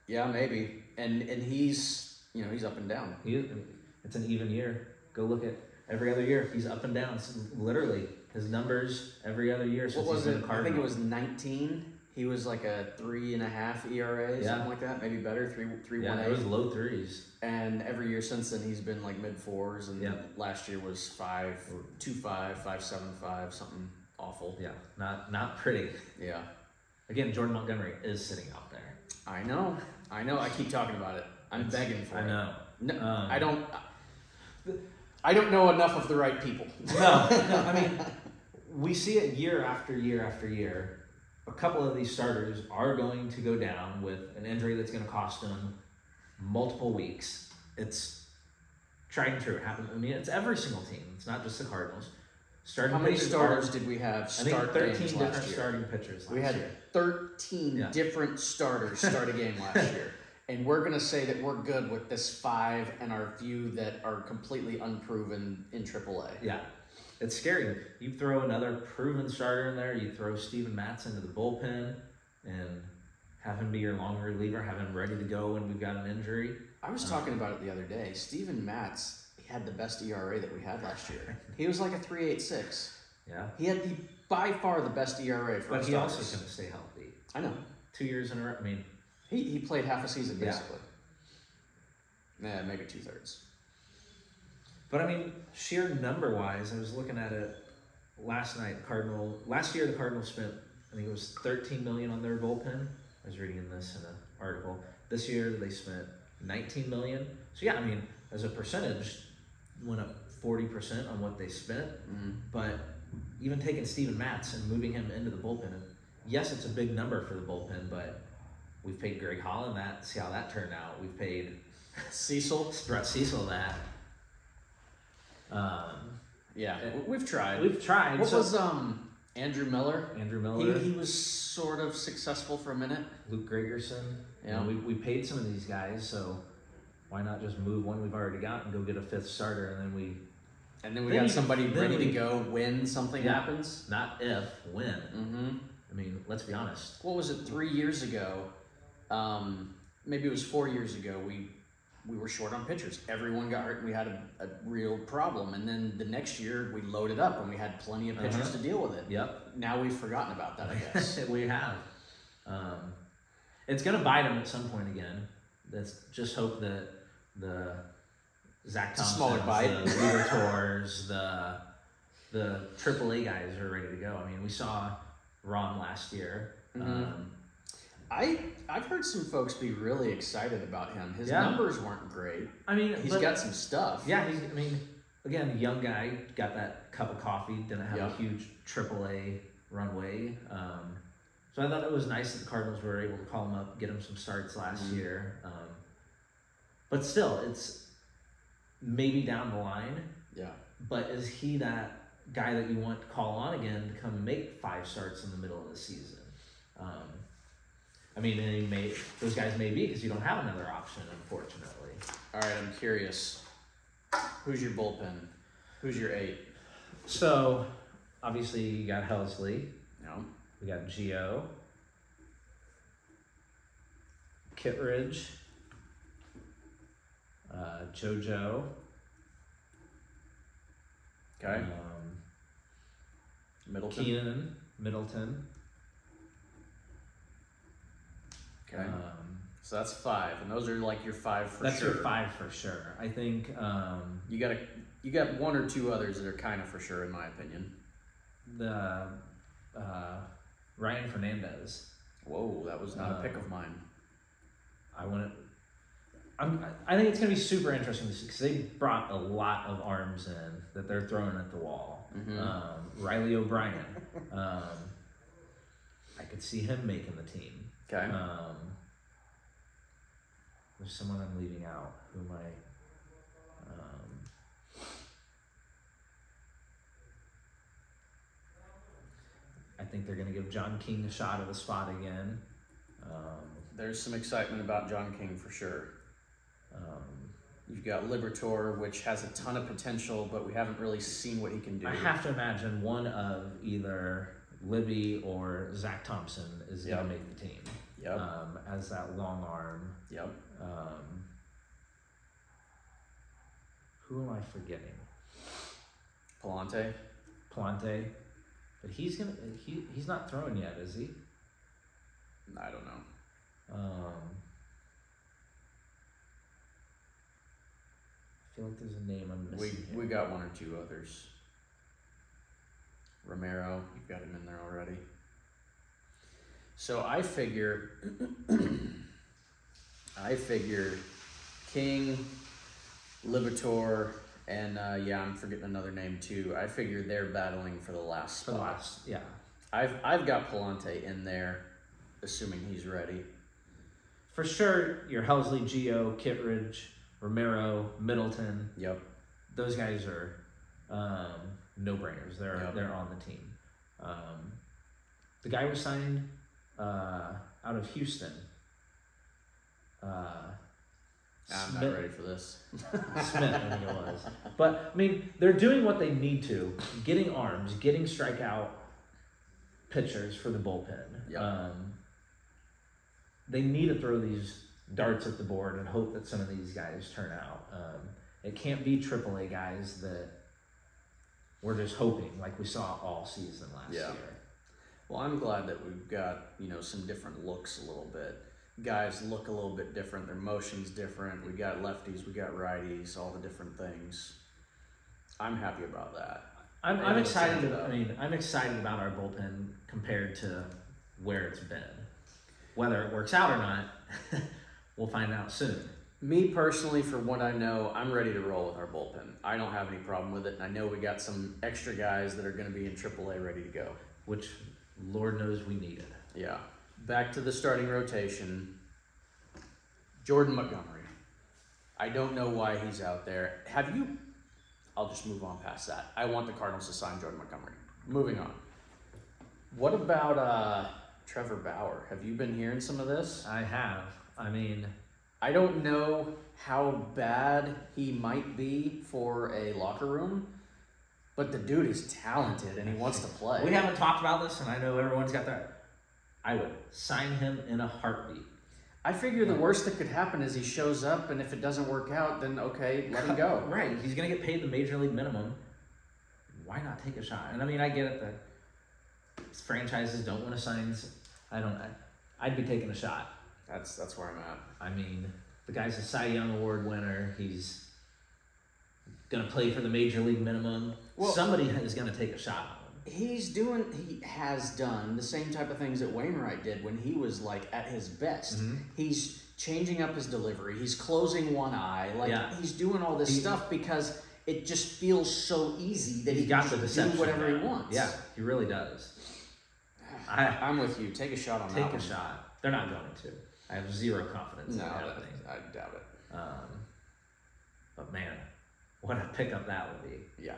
Speaker 1: Yeah, maybe. And and he's you know he's up and down.
Speaker 2: he, it's an even year. Go look at every other year. He's up and down. It's literally his numbers every other year
Speaker 1: What
Speaker 2: since he's
Speaker 1: was
Speaker 2: been
Speaker 1: it?
Speaker 2: a
Speaker 1: I
Speaker 2: Cardinal.
Speaker 1: think it was nineteen. He was like a three and a half ERA,
Speaker 2: Yeah.
Speaker 1: something like that. Maybe better, three three one
Speaker 2: yeah,
Speaker 1: eight.
Speaker 2: it was low threes.
Speaker 1: And every year since then, he's been like mid fours. And
Speaker 2: Yeah.
Speaker 1: last year was five two five five seven five something awful.
Speaker 2: Yeah, not not pretty.
Speaker 1: Yeah,
Speaker 2: Again, Jordan Montgomery is sitting out there.
Speaker 1: I know. I know. I keep talking about it. I'm begging for
Speaker 2: I
Speaker 1: it.
Speaker 2: know.
Speaker 1: No,
Speaker 2: Um,
Speaker 1: I don't. I don't know enough of the right people.
Speaker 2: No, no, I mean, we see it year after year after year. A couple of these starters are going to go down with an injury that's going to cost them multiple weeks. It's tried and true. It happens. I mean, it's every single team. It's not just the Cardinals. Starting
Speaker 1: How many
Speaker 2: pitchers
Speaker 1: starters
Speaker 2: are-
Speaker 1: did we have
Speaker 2: I think
Speaker 1: start
Speaker 2: thirteen
Speaker 1: games
Speaker 2: different
Speaker 1: last year?
Speaker 2: starting pitchers. Last
Speaker 1: we had
Speaker 2: year.
Speaker 1: 13
Speaker 2: Yeah.
Speaker 1: different starters
Speaker 2: <laughs>
Speaker 1: start a game last year. And we're going to say that we're good with this five and our few that are completely unproven in AAA.
Speaker 2: Yeah, it's scary. You throw another proven starter in there. You throw Steven Matz into the bullpen and have him be your long reliever. Have him ready to go when we've got an injury.
Speaker 1: I was
Speaker 2: Uh-huh.
Speaker 1: talking about it the other day. Steven Matz he had the best ERA that we had last year. He was like a 386.
Speaker 2: Yeah,
Speaker 1: He had the by far the best ERA for
Speaker 2: but
Speaker 1: a
Speaker 2: he also
Speaker 1: starter.
Speaker 2: can stay healthy.
Speaker 1: I know.
Speaker 2: Two years in a row. I mean,
Speaker 1: He, he played half a season
Speaker 2: Yeah.
Speaker 1: basically. Yeah, maybe two thirds.
Speaker 2: but I mean, sheer number wise, I was looking at it last night. Cardinal last year, the Cardinals spent I think it was thirteen million on their bullpen. I was reading this in an article. This year, they spent nineteen million. So yeah, I mean, as a percentage, went up forty percent on what they spent. But even taking Steven Matz and moving him into the bullpen, yes, it's a big number for the bullpen, but. We've paid Greg Holland that. See how that turned out. We've paid <laughs>
Speaker 1: Cecil.
Speaker 2: Brett Cecil that. Um,
Speaker 1: Yeah, w- we've tried.
Speaker 2: we've tried.
Speaker 1: what
Speaker 2: so- Oh,
Speaker 1: was um Andrew Miller?
Speaker 2: Andrew
Speaker 1: He,
Speaker 2: Miller,
Speaker 1: he was sort of successful for a minute.
Speaker 2: Luke Gregerson?
Speaker 1: Yeah.
Speaker 2: Yeah, we, we paid some of these guys, so why not just move one we've already got and go get a fifth starter, and then we
Speaker 1: And then we
Speaker 2: Then
Speaker 1: got
Speaker 2: he-
Speaker 1: somebody
Speaker 2: then
Speaker 1: ready to
Speaker 2: we-
Speaker 1: go when something
Speaker 2: Yeah.
Speaker 1: happens.
Speaker 2: not if when.
Speaker 1: Mm-hmm.
Speaker 2: I mean, let's be honest.
Speaker 1: What was it? Three years ago, um, maybe it was four years ago. We we were short on pitchers. Everyone got hurt. and We had a, a real problem. And then the next year we loaded up and we had plenty of pitchers
Speaker 2: Uh-huh.
Speaker 1: to deal with it.
Speaker 2: Yep,
Speaker 1: Now we've forgotten about that. I guess. <laughs>
Speaker 2: we have. Um, it's gonna bite him at some point again. Let's just hope that the Zach
Speaker 1: It's a smaller
Speaker 2: Thompson,
Speaker 1: bite.
Speaker 2: the Liberators, <laughs> the the AAA guys are ready to go. I mean, we saw Ron last year.
Speaker 1: Mm-hmm.
Speaker 2: Um,
Speaker 1: I I've heard some folks be really excited about him. His
Speaker 2: Yeah.
Speaker 1: numbers weren't great.
Speaker 2: I mean,
Speaker 1: He's
Speaker 2: but-
Speaker 1: got some stuff.
Speaker 2: Yeah, he's, I mean, again, a young guy got that cup of coffee, didn't have
Speaker 1: Yeah.
Speaker 2: a huge AAA runway. Um, Mm-hmm. so I thought it was nice that the Cardinals were able to call him up, get him some starts last year. Um, But still, it's maybe down the line.
Speaker 1: Yeah.
Speaker 2: But is he that guy that you want to call on again to come and make five starts in the middle of the season? Um, I mean, and he may those guys may be because you don't have another option, unfortunately.
Speaker 1: All right, I'm curious. Who's your bullpen? Who's your eight?
Speaker 2: So obviously you got Helsley,
Speaker 1: No.
Speaker 2: we got Geo, Kittredge, uh, JoJo.
Speaker 1: Okay.
Speaker 2: Um,
Speaker 1: Middleton.
Speaker 2: Keenan, Middleton.
Speaker 1: Okay.
Speaker 2: Um,
Speaker 1: so that's five, and those are like your five for
Speaker 2: that's
Speaker 1: sure.
Speaker 2: your five for sure. I think um,
Speaker 1: You got a, you got one or two others that are kind of for sure, in my opinion.
Speaker 2: the uh, Ryan Fernandez.
Speaker 1: Whoa, that was not a pick
Speaker 2: Um,
Speaker 1: of mine.
Speaker 2: I want to. I'm, I I think it's going to be super interesting because they brought a lot of arms in that they're throwing at the wall.
Speaker 1: Mhm.
Speaker 2: Um, Riley O'Brien. um, I could see him making the team.
Speaker 1: Okay.
Speaker 2: Um, there's someone I'm leaving out. Who am I? Um, I think they're going to give John King a shot at the spot again. Um,
Speaker 1: There's some excitement about John King for sure.
Speaker 2: um,
Speaker 1: You've got Libertor, which has a ton of potential, but we haven't really seen what he can do.
Speaker 2: I have to imagine one of either Libby or Zach Thompson is going
Speaker 1: Yeah.
Speaker 2: to make the team
Speaker 1: Yep.
Speaker 2: um, as that long arm.
Speaker 1: yep.
Speaker 2: Um, who am I forgetting?
Speaker 1: Palante.
Speaker 2: Palante, but he's gonna he he's not thrown yet, is he?
Speaker 1: I don't know.
Speaker 2: Um, I feel like there's a name I'm
Speaker 1: We
Speaker 2: missing.
Speaker 1: we got one or two others. Romero, you've got him in there already. So I figure, <clears throat> I figure, King, Libertor, and uh, yeah, I'm forgetting another name too. I figure they're battling for the last
Speaker 2: for the
Speaker 1: spot.
Speaker 2: last, yeah.
Speaker 1: I've I've got Palante in there, assuming he's ready.
Speaker 2: For sure, your Helsley, Geo, Kittredge, Romero, Middleton,
Speaker 1: Yep.
Speaker 2: those guys are um, no brainers. They're
Speaker 1: Yeah.
Speaker 2: they're on the team. Um, the guy was signed uh, out of Houston. Uh,
Speaker 1: I'm
Speaker 2: Smith-
Speaker 1: not ready for this.
Speaker 2: Smith, I think it was. But I mean, they're doing what they need to, getting arms, getting strikeout pitchers for the bullpen.
Speaker 1: Yep.
Speaker 2: Um, they need to throw these darts at the board and hope that some of these guys turn out. Um, it can't be AAA guys that we're just hoping, like we saw all season last
Speaker 1: Yeah.
Speaker 2: year.
Speaker 1: Well, I'm glad that we've got you know some different looks a little bit. Guys look a little bit different. Their motions different. We got lefties. We got righties. All the different things. I'm happy about that.
Speaker 2: I'm,
Speaker 1: It
Speaker 2: I'm
Speaker 1: makes sense,
Speaker 2: excited.
Speaker 1: though.
Speaker 2: About, I mean, I'm excited about our bullpen compared to where it's been. Whether it works out or not, <laughs> we'll find out soon.
Speaker 1: Me personally, for what I know, I'm ready to roll with our bullpen. I don't have any problem with it, and I know we got some extra guys that are going to be in AAA ready to go.
Speaker 2: Which, Lord knows, we needed.
Speaker 1: Yeah. Back to the starting rotation. Jordan Montgomery. I don't know why he's out there. Have you? I'll just move on past that. I want the Cardinals to sign Jordan Montgomery. Moving on. What about uh, Trevor Bauer? Have you been hearing some of this?
Speaker 2: I have. I mean,
Speaker 1: I don't know how bad he might be for a locker room, but the dude is talented and he wants to play.
Speaker 2: we haven't talked about this, and I know everyone's got that. I would sign him in a heartbeat.
Speaker 1: I figure the worst that could happen is he shows up, and if it doesn't work out, then okay, let him go.
Speaker 2: Right. He's gonna get paid the major league minimum. Why not take a shot? And I mean, I get it that franchises don't want to sign. s- I don't. I, I'd be taking a shot.
Speaker 1: That's that's where I'm at.
Speaker 2: I mean, the guy's a Cy Young Award winner. He's gonna play for the major league minimum.
Speaker 1: Well-
Speaker 2: Somebody is gonna take a shot on him.
Speaker 1: He's doing, he has done the same type of things that Wainwright did when he was like at his best. He's changing up his delivery. He's closing one eye. Like
Speaker 2: Yeah.
Speaker 1: he's doing all this
Speaker 2: He-
Speaker 1: stuff because it just feels so easy that
Speaker 2: He's
Speaker 1: he can
Speaker 2: got the
Speaker 1: just
Speaker 2: deception.
Speaker 1: do whatever he
Speaker 2: down.
Speaker 1: wants.
Speaker 2: Yeah, he really does.
Speaker 1: <sighs>
Speaker 2: I
Speaker 1: I'm with you. Take a shot on
Speaker 2: take
Speaker 1: that.
Speaker 2: a shot. They're not going to. I have zero
Speaker 1: one.
Speaker 2: confidence in
Speaker 1: No,
Speaker 2: that
Speaker 1: that-
Speaker 2: happening.
Speaker 1: I doubt it.
Speaker 2: Um, but man, what a pickup that would be.
Speaker 1: Yeah.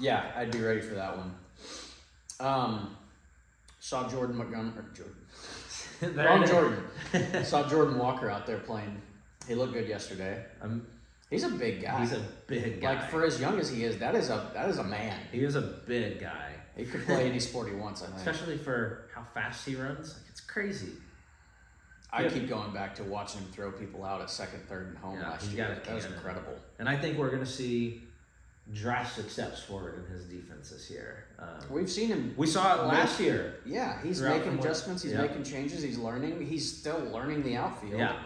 Speaker 1: Yeah, I'd be ready for that one. Um, saw Jordan Montgomery. Jordan.
Speaker 2: <laughs> There
Speaker 1: Wrong
Speaker 2: it is.
Speaker 1: Jordan. <laughs> saw Jordan Walker out there playing. He looked good yesterday.
Speaker 2: Um,
Speaker 1: He's a big guy.
Speaker 2: he's a big guy.
Speaker 1: Like for as young as he is, that is a that is a man.
Speaker 2: he is a big guy,
Speaker 1: He could play any sport he wants. I think.
Speaker 2: especially for how fast he runs. Like, it's crazy.
Speaker 1: I
Speaker 3: Yeah.
Speaker 1: keep going back to watching him throw people out at second, third, and home
Speaker 2: Yeah,
Speaker 1: last
Speaker 2: he's
Speaker 1: year.
Speaker 2: got a
Speaker 1: That was
Speaker 2: cannon.
Speaker 1: incredible.
Speaker 2: And I think we're going to see drastic steps forward in his defense this year. Um,
Speaker 1: We've seen him.
Speaker 2: we saw it last year.
Speaker 1: Yeah, he's
Speaker 2: Throughout
Speaker 1: making
Speaker 2: from what-
Speaker 1: adjustments. He's
Speaker 2: yeah.
Speaker 1: making changes. He's learning. He's still learning the outfield.
Speaker 2: Yeah.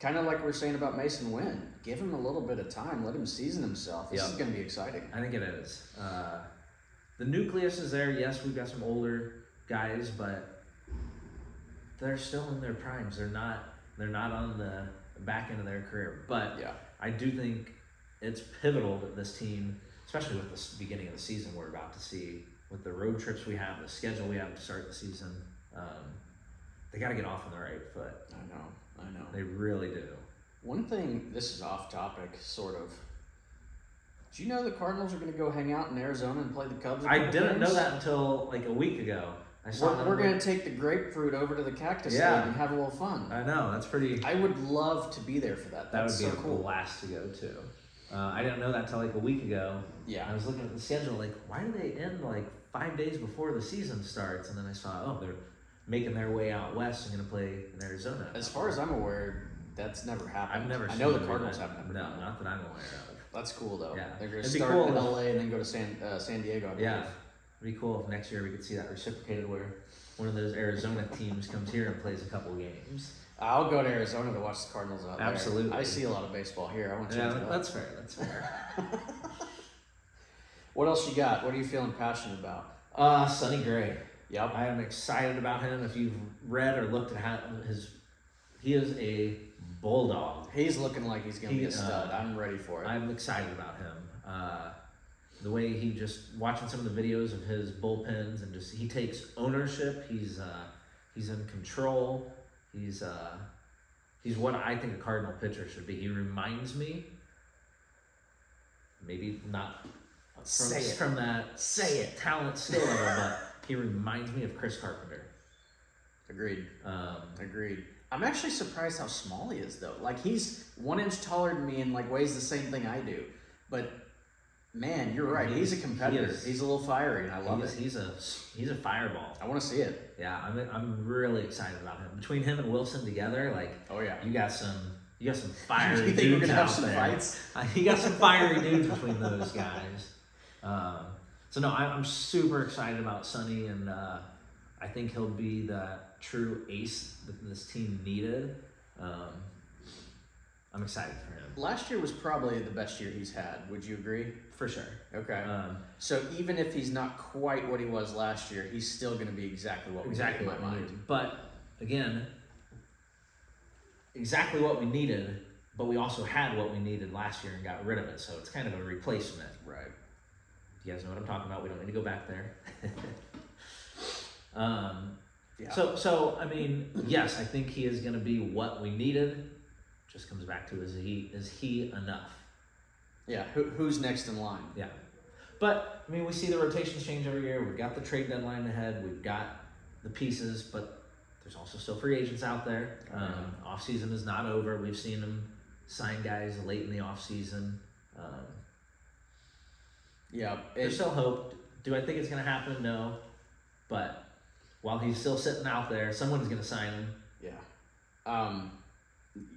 Speaker 1: Kind of like we we're saying about Mason Wynn. Give him a little bit of time. Let him season himself. This
Speaker 2: Yeah.
Speaker 1: is going to be exciting.
Speaker 2: I think it is. Uh, the nucleus is there. Yes, we've got some older guys, but they're still in their primes. They're not. They're not on the back end of their career. But
Speaker 1: Yeah.
Speaker 2: I do think it's pivotal that this team, especially with this beginning of the season we're about to see, with the road trips we have, the schedule we have to start the season, um, they got to get off on the right foot.
Speaker 1: I know. I know.
Speaker 2: They really do.
Speaker 1: One thing, this is off topic, sort of. Do you know the Cardinals are going to go hang out in Arizona and play the Cubs? a
Speaker 2: I
Speaker 1: couple
Speaker 2: didn't
Speaker 1: games?
Speaker 2: know that until like a week ago. I saw
Speaker 1: We're,
Speaker 2: them,
Speaker 1: we're going
Speaker 2: like-
Speaker 1: to take the grapefruit over to the Cactus
Speaker 2: Yeah.
Speaker 1: League and have a little fun.
Speaker 2: I know that's pretty.
Speaker 1: I would love to be there for that.
Speaker 2: That
Speaker 1: That's
Speaker 2: would be
Speaker 1: so
Speaker 2: a
Speaker 1: cool.
Speaker 2: blast to go to. Uh, I didn't know that till like a week ago. I
Speaker 1: Yeah.
Speaker 2: was looking at the schedule, like, why do they end like five days before the season starts? And then I saw, oh, they're making their way out west and going to play in Arizona.
Speaker 1: As far as I'm aware, that's never happened.
Speaker 2: I've never.
Speaker 1: I
Speaker 2: seen
Speaker 1: know the
Speaker 2: them do
Speaker 1: Cardinals
Speaker 2: that.
Speaker 1: have never
Speaker 2: No,
Speaker 1: done that.
Speaker 2: not that I'm aware of.
Speaker 1: That's cool though.
Speaker 2: Yeah.
Speaker 1: They're going to
Speaker 2: It'd be
Speaker 1: start
Speaker 2: cool
Speaker 1: in
Speaker 2: if-
Speaker 1: LA and then go to San uh, San Diego. I
Speaker 2: Yeah,
Speaker 1: believe.
Speaker 2: it'd be cool if next year we could see that reciprocated, where one of those Arizona teams comes here and plays a couple games.
Speaker 1: I'll go to Arizona to watch the Cardinals out there.
Speaker 2: Absolutely.
Speaker 1: I see a lot of baseball here. I want you
Speaker 2: Yeah,
Speaker 1: to know.
Speaker 2: that's fair. That's fair.
Speaker 1: What else you got? What are you feeling passionate about?
Speaker 2: Uh, Sonny Gray.
Speaker 1: Yep.
Speaker 2: I am excited about him. If you've read or looked at how his, he is a bulldog.
Speaker 1: He's looking like he's going to
Speaker 2: He,
Speaker 1: be a stud.
Speaker 2: uh,
Speaker 1: I'm ready for it.
Speaker 2: I'm excited about him. Uh, the way he just watching some of the videos of his bullpens and just he takes ownership. He's uh, he's in control. He's uh, he's what I think a Cardinal pitcher should be. He reminds me, maybe not from,
Speaker 1: Say it.
Speaker 2: from that
Speaker 1: Say it.
Speaker 2: talent skill level, but he reminds me of Chris Carpenter.
Speaker 1: Agreed.
Speaker 2: Um,
Speaker 1: Agreed. I'm actually surprised how small he is though. Like he's one inch taller than me and like weighs the same thing I do. But man, you're right.
Speaker 2: He
Speaker 1: He's a
Speaker 2: is-
Speaker 1: competitor.
Speaker 2: he is-
Speaker 1: he's a little fiery, and I love
Speaker 2: he's,
Speaker 1: it.
Speaker 2: he's a he's a fireball.
Speaker 1: I want to see it.
Speaker 2: Yeah, I'm I'm really excited about him. Between him and Wilson together, like
Speaker 1: Oh yeah.
Speaker 2: you got some you got some
Speaker 1: <laughs>
Speaker 2: fiery
Speaker 1: you think we're
Speaker 2: dudes
Speaker 1: gonna have
Speaker 2: out
Speaker 1: some
Speaker 2: there.
Speaker 1: fights?
Speaker 2: <laughs> You got some fiery dudes between those guys. Um, so no, I, I'm super excited about Sonny, and uh, I think he'll be the true ace that this team needed. Um, I'm excited for him
Speaker 1: Last year was probably the best year he's had. Would you agree?
Speaker 2: for sure.
Speaker 1: Okay.
Speaker 2: Um,
Speaker 1: so even if he's not quite what he was last year, he's still going to be exactly what we
Speaker 2: exactly
Speaker 1: need in
Speaker 2: what
Speaker 1: my
Speaker 2: we
Speaker 1: mind.
Speaker 2: needed. But again, exactly what we needed, but we also had what we needed last year and got rid of it. So it's kind of a replacement.
Speaker 1: Right.
Speaker 2: You guys know what I'm talking about. We don't need to go back there. <laughs> um,
Speaker 1: Yeah.
Speaker 2: So, so I mean, yes, I think he is going to be what we needed. Just comes back to is he is he enough?
Speaker 1: yeah. Who, who's next in line?
Speaker 2: Yeah. But I mean, we see the rotations change every year. We've got the trade deadline ahead. We've got the pieces, but there's also still free agents out there. Um, off season is not over. We've seen them sign guys late in the off season. Um,
Speaker 1: Yeah.
Speaker 2: there's
Speaker 1: it-
Speaker 2: still hope. Do I think it's going to happen? No. But while he's still sitting out there, someone's going to sign him.
Speaker 1: Yeah. Um,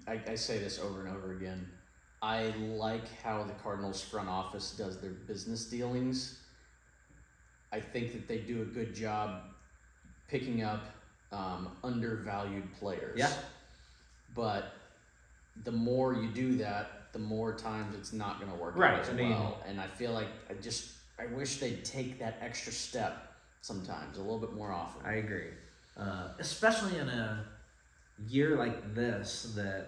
Speaker 1: I, I say this over and over again. I like how the Cardinals front office does their business dealings. I think that they do a good job picking up um, undervalued players.
Speaker 2: Yeah.
Speaker 1: But the more you do that, the more times it's not going to work
Speaker 2: Right,
Speaker 1: out as
Speaker 2: I mean-
Speaker 1: well. And I feel like I just I wish they'd take that extra step sometimes, a little bit more often.
Speaker 2: I agree. Uh, especially in a year like this, that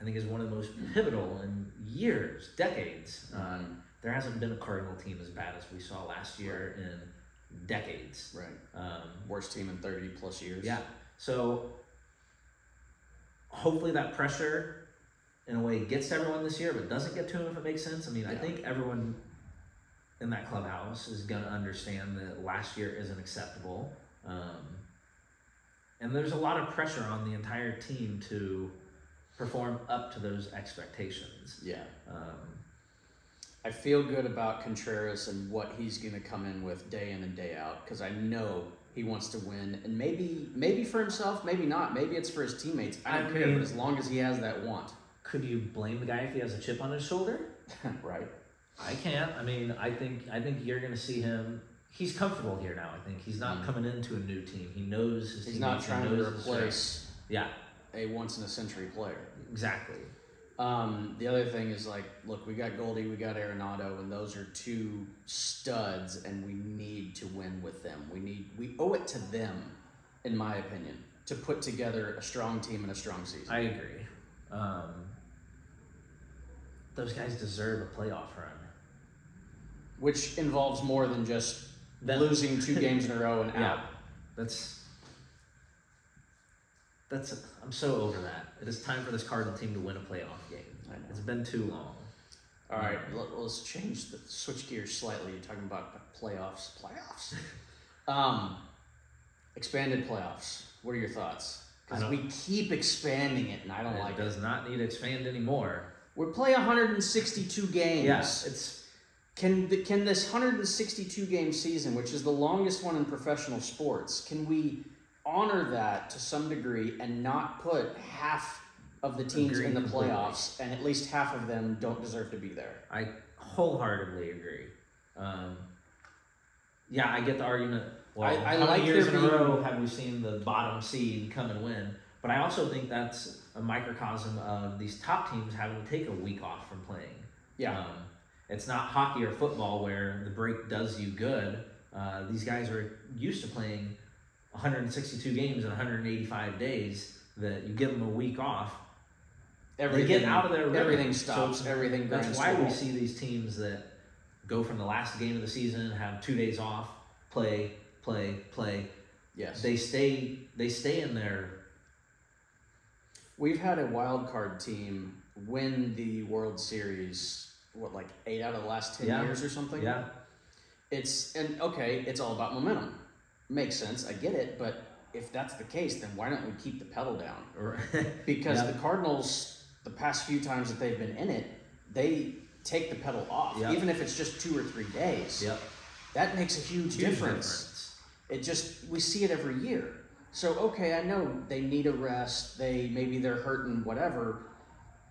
Speaker 2: I think is one of the most pivotal in years, decades. Uh,
Speaker 1: Mm-hmm. Um,
Speaker 2: there hasn't been a Cardinal team as bad as we saw last year in decades.
Speaker 1: right.
Speaker 2: Um,
Speaker 1: Worst team in 30 plus years.
Speaker 2: yeah. So hopefully that pressure in a way gets to everyone this year, but doesn't get to him if it makes sense. I mean, I
Speaker 1: Yeah.
Speaker 2: think everyone in that clubhouse is going to understand that last year isn't acceptable. Um, and there's a lot of pressure on the entire team to perform up to those expectations.
Speaker 1: Yeah.
Speaker 2: Um,
Speaker 1: I feel good about Contreras and what he's going to come in with day in and day out because I know he wants to win, and maybe maybe for himself, maybe not. Maybe it's for his teammates. I don't
Speaker 2: I
Speaker 1: care,
Speaker 2: mean-
Speaker 1: but as long as he has that want, <laughs>
Speaker 2: could you blame the guy if he has a chip on his shoulder?
Speaker 1: right?
Speaker 2: I can't. I mean, I think I think you're gonna see him. He's comfortable here now. I think he's not
Speaker 1: Mhm.
Speaker 2: coming into a new team. He knows his.
Speaker 1: He's not
Speaker 2: teammates, he
Speaker 1: trying to
Speaker 2: knows his strengths.
Speaker 1: replace
Speaker 2: Yeah,
Speaker 1: a once in a century player.
Speaker 2: exactly.
Speaker 1: Um, the other thing is like, look, we got Goldie, we got Arenado, and those are two studs, and we need to win with them. We need, we owe it to them, in my opinion, to put together a strong team and a strong season.
Speaker 2: I agree. Um, those guys deserve a playoff run.
Speaker 1: which involves more than just
Speaker 2: Them.
Speaker 1: losing
Speaker 2: <laughs>
Speaker 1: two games in a row and out.
Speaker 2: that's that's. I'm so over that. It is time for this Cardinal team to win a playoff game.
Speaker 1: I know.
Speaker 2: It's been too long.
Speaker 1: All right, let, us change the switch gears slightly. You're talking about playoffs,
Speaker 2: <laughs>
Speaker 1: playoffs, um, expanded playoffs. What are your thoughts?
Speaker 2: I
Speaker 1: Because
Speaker 2: don't-
Speaker 1: we keep expanding it, and I don't
Speaker 2: it
Speaker 1: like it.
Speaker 2: does not need to expand anymore.
Speaker 1: We play 162 games.
Speaker 2: Yes, it's
Speaker 1: Can th- can this 162 game season, which is the longest one in professional sports, can we honor that to some degree and not put half of the teams
Speaker 2: Agreed
Speaker 1: in the
Speaker 2: completely.
Speaker 1: playoffs, and at least half of them don't deserve to be there?
Speaker 2: I wholeheartedly agree. Um, yeah, I get the argument. Well,
Speaker 1: I- I
Speaker 2: how
Speaker 1: like
Speaker 2: many years in
Speaker 1: there
Speaker 2: a
Speaker 1: being-
Speaker 2: row have we seen the bottom seed come and win? But I also think that's a microcosm of these top teams having to take a week off from playing.
Speaker 1: Yeah,
Speaker 2: Um, it's not hockey or football where the break does you good. Uh, these guys are used to playing 162 games in 185 days. That you give them a week off,
Speaker 1: everything
Speaker 2: they get out of their rhythm.
Speaker 1: everything
Speaker 2: So
Speaker 1: stops. everything.
Speaker 2: that's
Speaker 1: grinds
Speaker 2: why
Speaker 1: to a
Speaker 2: we
Speaker 1: halt.
Speaker 2: see these teams that go from the last game of the season, have two days off, play, play, play.
Speaker 1: Yes,
Speaker 2: They stay. They stay in their.
Speaker 1: we've had a wild card team win the World Series. What like eight out of the last ten
Speaker 2: Yeah.
Speaker 1: years or something?
Speaker 2: Yeah,
Speaker 1: It's and okay, it's all about momentum. Makes sense. I get it, but if that's the case, then why don't we keep the pedal down?
Speaker 2: or- <laughs>
Speaker 1: Because
Speaker 2: Yeah.
Speaker 1: the Cardinals, the past few times that they've been in it, they take the pedal off,
Speaker 2: Yeah.
Speaker 1: even if it's just two or three days.
Speaker 2: yep.
Speaker 1: That makes a huge,
Speaker 2: Huge
Speaker 1: difference. It just we see it every year. So okay, I know they need a rest. They maybe they're hurting, whatever.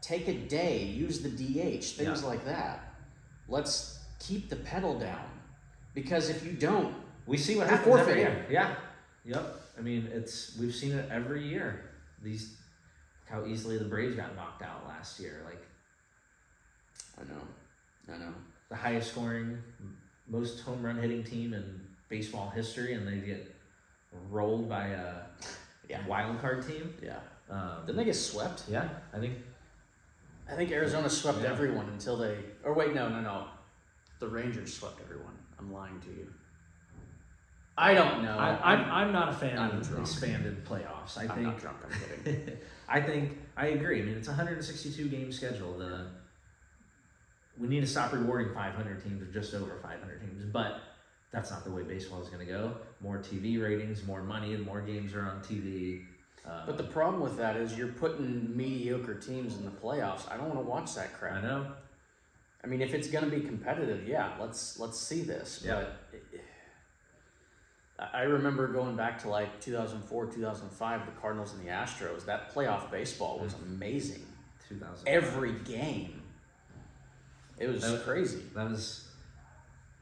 Speaker 1: Take a day, use the DH, things
Speaker 2: Yeah.
Speaker 1: like that. Let's keep the pedal down, because if you don't,
Speaker 2: We see what
Speaker 1: They're
Speaker 2: happens every
Speaker 1: forfeiting.
Speaker 2: year. Yeah. Yep. I mean, it's we've seen it every year. These how easily the Braves got knocked out last year. Like
Speaker 1: I know, I know.
Speaker 2: the highest scoring, m- most home run hitting team in baseball history, and they get rolled by a
Speaker 1: Yeah.
Speaker 2: wild card team.
Speaker 1: Yeah.
Speaker 2: Um,
Speaker 1: Didn't they get swept?
Speaker 2: yeah, I think
Speaker 1: I think Arizona swept
Speaker 2: Yeah.
Speaker 1: everyone until they. Or wait, no, no, no. The Rangers swept everyone. I'm lying to you. I don't know.
Speaker 2: I, I'm, I'm not a fan
Speaker 1: uh, I'm
Speaker 2: of
Speaker 1: drunk.
Speaker 2: expanded playoffs. I
Speaker 1: I'm
Speaker 2: think
Speaker 1: not drunk. I'm kidding.
Speaker 2: <laughs> I think I agree. I mean, it's a 162 game schedule. The we need to stop rewarding 500 teams or just over 500 teams, but that's not the way baseball is going to go. More TV ratings, more money, and more games are on TV. Um,
Speaker 1: But the problem with that is you're putting mediocre teams in the playoffs. I don't want to watch that
Speaker 2: I
Speaker 1: crap.
Speaker 2: know.
Speaker 1: I mean, if it's going to be competitive, yeah, let's let's see this.
Speaker 2: Yeah.
Speaker 1: But it- I I remember going back to like 2004, 2005, the Cardinals and the Astros. That playoff baseball was
Speaker 2: Mm.
Speaker 1: amazing.
Speaker 2: 2000.
Speaker 1: Every game, it was
Speaker 2: That was-
Speaker 1: crazy.
Speaker 2: that was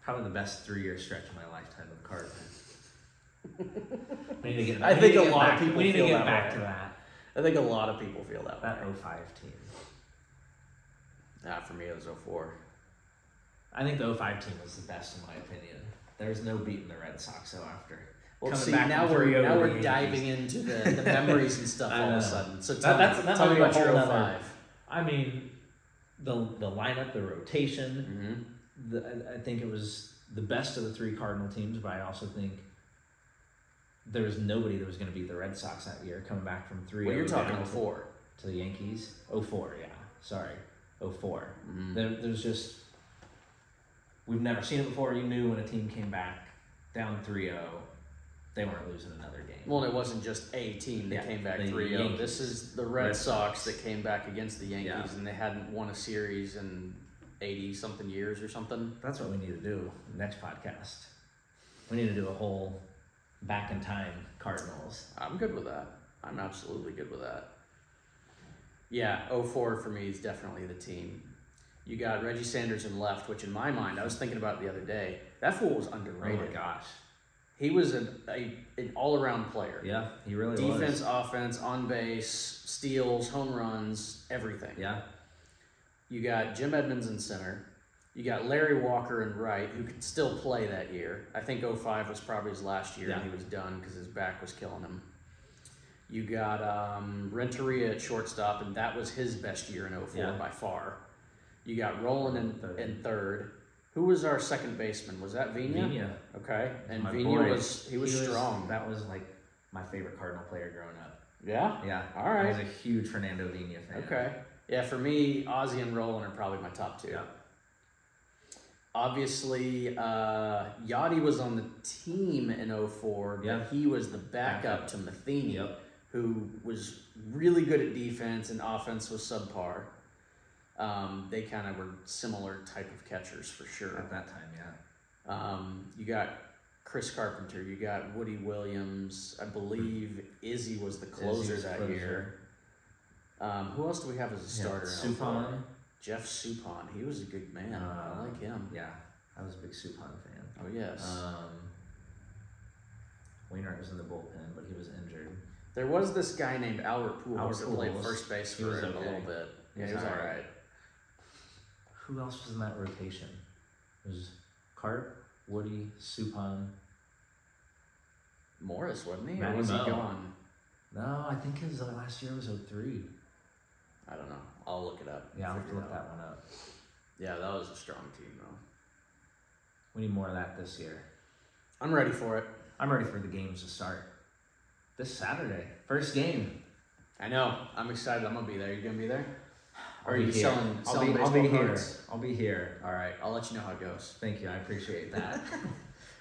Speaker 2: probably the best three year stretch of my lifetime of Cardinals.
Speaker 1: <laughs>
Speaker 2: we need to get.
Speaker 1: I
Speaker 2: we
Speaker 1: think
Speaker 2: need to
Speaker 1: a
Speaker 2: get
Speaker 1: lot of
Speaker 2: back-
Speaker 1: people
Speaker 2: We need
Speaker 1: feel
Speaker 2: to get
Speaker 1: that
Speaker 2: back
Speaker 1: way.
Speaker 2: to that.
Speaker 1: I think a lot of people feel that way.
Speaker 2: That 05 team.
Speaker 1: Nah, for me, it was 04.
Speaker 2: I think the 05 team was the best in my opinion. There's no beating the Red Sox so after.
Speaker 1: Well,
Speaker 2: Coming
Speaker 1: see,
Speaker 2: back
Speaker 1: now
Speaker 2: from
Speaker 1: we're
Speaker 2: 3-0
Speaker 1: now
Speaker 2: to
Speaker 1: we're
Speaker 2: the
Speaker 1: diving
Speaker 2: Yankees.
Speaker 1: into
Speaker 2: <laughs>
Speaker 1: the, the memories and stuff
Speaker 2: I
Speaker 1: all of
Speaker 2: know.
Speaker 1: a sudden. So
Speaker 2: That-
Speaker 1: tell,
Speaker 2: that's-
Speaker 1: me,
Speaker 2: that
Speaker 1: tell
Speaker 2: might
Speaker 1: me
Speaker 2: be a
Speaker 1: about your
Speaker 2: whole
Speaker 1: 05.
Speaker 2: other- I mean, the the lineup, the rotation.
Speaker 1: Mm-hmm.
Speaker 2: The, I- I think it was the best of the three Cardinal teams, but I also think there was nobody that was going to beat the Red Sox that year coming back from 3
Speaker 1: Well, you're talking 04.
Speaker 2: to the Yankees. 04, yeah. Sorry. 4
Speaker 1: Mhm.
Speaker 2: There, there's just we've never seen it before. You knew when a team came back down 3-0, they weren't losing another game.
Speaker 1: Well, and it wasn't just a team that
Speaker 2: Yeah,
Speaker 1: came back
Speaker 2: the
Speaker 1: 3 0.
Speaker 2: Yankees.
Speaker 1: This is the Red,
Speaker 2: Red
Speaker 1: Sox,
Speaker 2: Sox.
Speaker 1: that came back against the Yankees,
Speaker 2: Yeah.
Speaker 1: and they hadn't won a series in 80 something years or something.
Speaker 2: That's what we need to do next podcast. We need to do a whole back in time Cardinals.
Speaker 1: I'm good with that. I'm absolutely good with that. Yeah, 04 for me is definitely the team. You got Reggie Sanders in left, which in my mind, I was thinking about it the other day. That fool was underrated.
Speaker 2: Oh gosh.
Speaker 1: He was an, a, an all around player.
Speaker 2: Yeah, he really
Speaker 1: Defense,
Speaker 2: was.
Speaker 1: offense, on base, steals, home runs, everything.
Speaker 2: Yeah.
Speaker 1: You got Jim Edmonds in center. You got Larry Walker in right, who could still play that year. I think 05 was probably his last year, and
Speaker 2: Yeah.
Speaker 1: he was done because his back was killing him. You got um, Renteria at shortstop, and that was his best year in 04
Speaker 2: Yeah.
Speaker 1: by far. You got Roland in
Speaker 2: Third.
Speaker 1: third. in third. Who was our second baseman? Was that Vina?
Speaker 2: Vina.
Speaker 1: Okay, and
Speaker 2: My
Speaker 1: Vina
Speaker 2: boy.
Speaker 1: was he was strong.
Speaker 2: That was like my favorite Cardinal player growing up.
Speaker 1: yeah.
Speaker 2: Yeah.
Speaker 1: All right.
Speaker 2: I was a huge Fernando Vina fan.
Speaker 1: Okay. Yeah, for me, Ozzy and Roland are probably my top two.
Speaker 2: Yeah.
Speaker 1: Obviously, uh, Yachty was on the team in 04, but
Speaker 2: Yeah.
Speaker 1: he was the backup
Speaker 2: Backup.
Speaker 1: to Matheny,
Speaker 2: Yep.
Speaker 1: who was really good at defense and offense was subpar. Um, they kind of were similar type of catchers for sure.
Speaker 2: At that time, yeah.
Speaker 1: Um, you got Chris Carpenter, you got Woody Williams. I believe Izzy was the closer
Speaker 2: Izzy's
Speaker 1: that
Speaker 2: closer.
Speaker 1: year. Um, who else do we have as a
Speaker 2: Yeah.
Speaker 1: starter? in 04?
Speaker 2: Supon.
Speaker 1: Jeff Supon. He was a good man. I
Speaker 2: Uh,
Speaker 1: like him.
Speaker 2: Yeah. I was a big Supon fan.
Speaker 1: Oh yes.
Speaker 2: Um, Wainwright was in the bullpen, but he was injured.
Speaker 1: there was this guy named Albert Pujols
Speaker 2: Albert
Speaker 1: that played
Speaker 2: Pujols.
Speaker 1: first base
Speaker 2: He
Speaker 1: for
Speaker 2: was
Speaker 1: him a
Speaker 2: okay.
Speaker 1: little bit.
Speaker 2: He
Speaker 1: Yeah,
Speaker 2: was
Speaker 1: he was all
Speaker 2: all
Speaker 1: right.
Speaker 2: Who else was in that rotation? It was Carp, Woody, Supon.
Speaker 1: Morris wasn't he? Or
Speaker 2: Matty
Speaker 1: was he
Speaker 2: Moe.
Speaker 1: gone?
Speaker 2: No, I think his uh, last year was 03.
Speaker 1: I don't know. I'll look it up. and
Speaker 2: Yeah, I'll have to
Speaker 1: figure it
Speaker 2: look
Speaker 1: out.
Speaker 2: that one up.
Speaker 1: Yeah, that was a strong team though.
Speaker 2: We need more of that this year.
Speaker 1: I'm ready for it.
Speaker 2: I'm ready for the games to start. This Saturday, first game.
Speaker 1: I know. I'm excited. I'm gonna be there. You gonna be there?
Speaker 2: I'll
Speaker 1: Are you
Speaker 2: be here.
Speaker 1: selling-
Speaker 2: I'll
Speaker 1: selling
Speaker 2: be, I'll be
Speaker 1: baseball
Speaker 2: here.
Speaker 1: cards?
Speaker 2: I'll be here.
Speaker 1: All right. I'll let you know how it goes.
Speaker 2: Thank you. I appreciate that.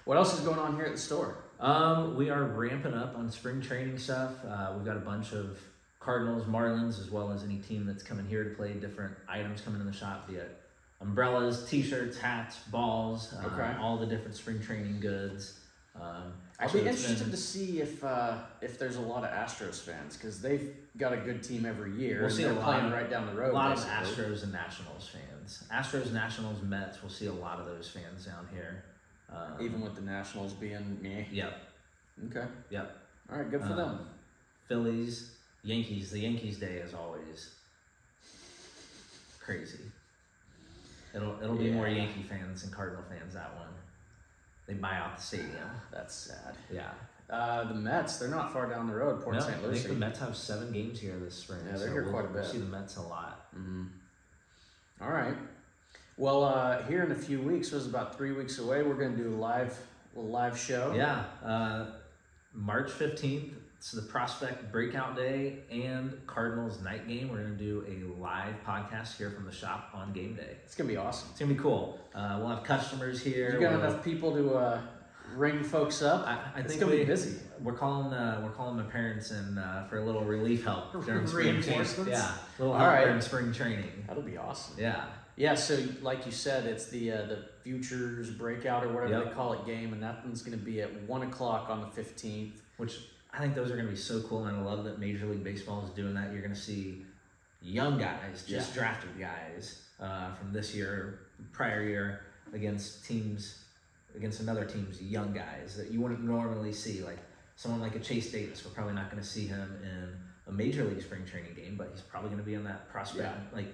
Speaker 1: What else is going on here at the store?
Speaker 2: Um, we are ramping up on spring training stuff. Uh, we've got a bunch of Cardinals, Marlins, as well as any team that's coming here to play. Different items coming in the shop, be it umbrellas, T-shirts, hats, balls, uh,
Speaker 1: Okay.
Speaker 2: all the different spring training goods. Um,
Speaker 1: I'll
Speaker 2: so
Speaker 1: be
Speaker 2: it's
Speaker 1: interested
Speaker 2: been-
Speaker 1: to see if uh, if there's a lot of Astros fans because they've got a good team every year.
Speaker 2: We'll
Speaker 1: and
Speaker 2: see a
Speaker 1: they're
Speaker 2: lot
Speaker 1: playing
Speaker 2: of-
Speaker 1: right down the road.
Speaker 2: a lot
Speaker 1: basically.
Speaker 2: of Astros and Nationals fans. Astros, Nationals, Mets. We'll see a lot of those fans down here. Um,
Speaker 1: even with the Nationals being meh.
Speaker 2: yep,
Speaker 1: Okay,
Speaker 2: yep.
Speaker 1: all right, good for
Speaker 2: Um,
Speaker 1: them.
Speaker 2: Phillies, Yankees. The Yankees day is always crazy. It'll it'll be more
Speaker 1: Yeah.
Speaker 2: Yankee fans and Cardinal fans that one. They buy out the stadium.
Speaker 1: That's sad.
Speaker 2: Yeah.
Speaker 1: Uh, the Mets, they're not far down the road. Port
Speaker 2: No,
Speaker 1: St.
Speaker 2: I think
Speaker 1: Lucie.
Speaker 2: the Mets have seven games here this spring.
Speaker 1: Yeah, they're
Speaker 2: so
Speaker 1: here
Speaker 2: we'll,
Speaker 1: quite a
Speaker 2: we'll
Speaker 1: bit.
Speaker 2: see the Mets a lot.
Speaker 1: Mhm. All right. Well, uh, here in a few weeks, it was about three weeks away. We're going to do a live a live show.
Speaker 2: Yeah. Uh, March fifteenth. It's the prospect breakout day and Cardinals night game. We're gonna do a live podcast here from the shop on game day.
Speaker 1: it's going to be awesome.
Speaker 2: It's gonna be cool. Uh, we'll have customers here.
Speaker 1: You got
Speaker 2: We'll-
Speaker 1: enough people to uh, ring folks up.
Speaker 2: I, I
Speaker 1: it's
Speaker 2: think
Speaker 1: going to
Speaker 2: we,
Speaker 1: be busy.
Speaker 2: We're calling. Uh, we're calling my parents and uh, for a little relief help during spring training.
Speaker 1: Reinforcements?
Speaker 2: Yeah, a little
Speaker 1: All
Speaker 2: help
Speaker 1: right.
Speaker 2: during spring training.
Speaker 1: That'll be awesome.
Speaker 2: Yeah,
Speaker 1: Yeah, so like you said, it's the uh, the futures breakout or whatever they
Speaker 2: Yep.
Speaker 1: call it game, and that one's going to be at one o'clock on the fifteenth.
Speaker 2: which I think those are going to be so cool, and I love that Major League Baseball is doing that. You're going to see young guys, just
Speaker 1: Yeah.
Speaker 2: drafted guys uh, from this year, prior year, against teams, against another team's young guys that you wouldn't normally see. Like someone like a Chase Davis, we're probably not going to see him in a Major League spring training game, but he's probably going to be in that prospect
Speaker 1: Yeah.
Speaker 2: like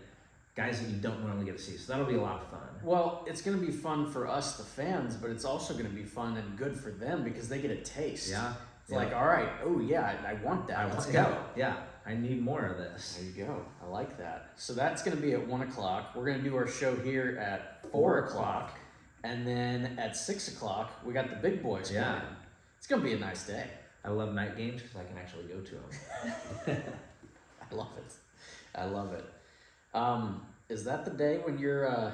Speaker 2: guys that you don't normally get to see. So that'll be a lot of fun.
Speaker 1: Well, it's going to be fun for us, the fans, but it's also going to be fun and good for them because they get a taste.
Speaker 2: Yeah,
Speaker 1: it's like all right, oh yeah, I, I want that.
Speaker 2: I
Speaker 1: Let's
Speaker 2: want
Speaker 1: go.
Speaker 2: yeah, yeah. I need more of this.
Speaker 1: There you go. I like that. So that's going to be at one o'clock. We're going to do our show here at four o'clock, and then at six o'clock we got the big boys.
Speaker 2: Yeah.
Speaker 1: coming. it's going to be a nice day.
Speaker 2: I love night games because I can actually go to them.
Speaker 1: I love it. I love it. Um, is that the day when you're uh,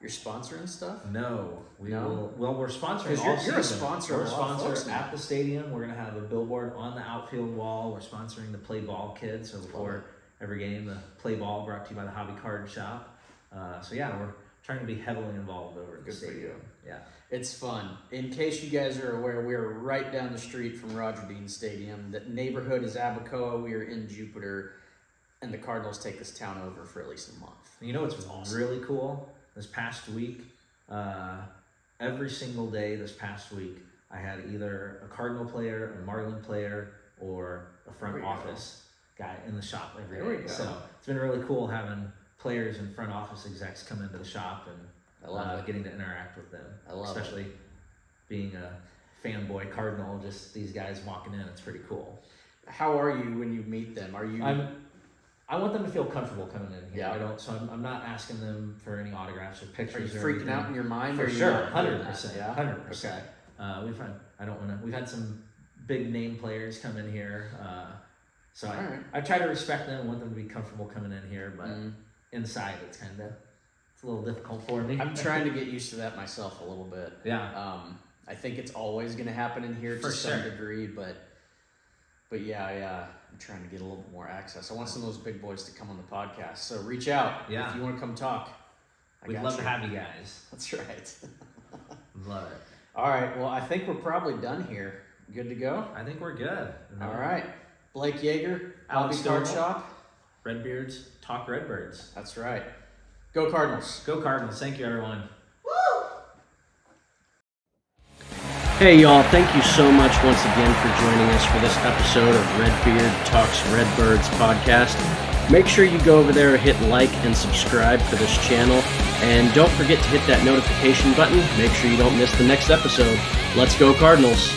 Speaker 1: you're sponsoring stuff?
Speaker 2: No, we
Speaker 1: No?
Speaker 2: will. Well, we're sponsoring.
Speaker 1: 'Cause you're-
Speaker 2: all
Speaker 1: you're a
Speaker 2: season.
Speaker 1: sponsor of
Speaker 2: We're
Speaker 1: a lot of folks
Speaker 2: sponsored
Speaker 1: now.
Speaker 2: at the stadium. We're gonna have a billboard on the outfield wall. We're sponsoring the play ball kid. So before every game, the play ball brought to you by the hobby card shop. Uh, so yeah, we're trying to be heavily involved over at the
Speaker 1: Good for
Speaker 2: stadium.
Speaker 1: you.
Speaker 2: Yeah,
Speaker 1: It's fun. In case you guys are aware, we are right down the street from Roger Dean Stadium. The neighborhood is Abacoa. We are in Jupiter, and the Cardinals take this town over for at least a month.
Speaker 2: you know what's really cool? This past week, uh, every single day this past week, I had either a Cardinal player, a Marlin player, or a
Speaker 1: There
Speaker 2: front
Speaker 1: we go.
Speaker 2: office guy in the shop every day.
Speaker 1: There we go.
Speaker 2: So it's been really cool having players and front office execs come into the shop and
Speaker 1: I love
Speaker 2: uh,
Speaker 1: it.
Speaker 2: getting to interact with them.
Speaker 1: I love it.
Speaker 2: Especially being a fanboy Cardinal, just these guys walking in, it's pretty cool.
Speaker 1: How are you when you meet them? Are you?
Speaker 2: I'm. I want them to feel comfortable coming in here.
Speaker 1: Yeah.
Speaker 2: I don't. So I'm, I'm not asking them for any autographs or
Speaker 1: are you
Speaker 2: pictures. or
Speaker 1: freaking
Speaker 2: anything.
Speaker 1: out in your mind? or
Speaker 2: For
Speaker 1: are you
Speaker 2: sure,
Speaker 1: not doing
Speaker 2: hundred
Speaker 1: that?
Speaker 2: percent.
Speaker 1: Yeah.
Speaker 2: hundred
Speaker 1: Okay.
Speaker 2: percent. Uh, we've had. I don't want to. We've had some big name players come in here. Uh, so I,
Speaker 1: Alright.
Speaker 2: I try to respect them. Want them to be comfortable coming in here, but
Speaker 1: Mm.
Speaker 2: inside it's kind of it's a little difficult for me.
Speaker 1: I'm trying to get used to that myself a little bit.
Speaker 2: <laughs> yeah.
Speaker 1: Um, I think it's always going to happen in here
Speaker 2: For
Speaker 1: to some
Speaker 2: sure.
Speaker 1: degree, but but yeah, I, uh, I'm trying to get a little bit more access. I want some of those big boys to come on the podcast, so reach out
Speaker 2: Yeah.
Speaker 1: if you want to come talk. I
Speaker 2: We'd
Speaker 1: got
Speaker 2: love
Speaker 1: you.
Speaker 2: to have you guys.
Speaker 1: That's right. <laughs>
Speaker 2: Love it.
Speaker 1: All right. Well, I think we're probably done here. Good to go.
Speaker 2: I think we're good.
Speaker 1: All right. Blake Yeager, Albie
Speaker 2: Alex
Speaker 1: Card
Speaker 2: Stovall.
Speaker 1: Shop.
Speaker 2: Redbeards talk Redbirds.
Speaker 1: That's right. Go Cardinals.
Speaker 2: Go Cardinals! Thank you, everyone.
Speaker 3: Hey, y'all, thank you so much once again for joining us for this episode of Redbeard Talks Redbirds podcast. Make sure you go over there, hit like, and subscribe for this channel. And don't forget to hit that notification button. Make sure you don't miss the next episode. Let's go, Cardinals.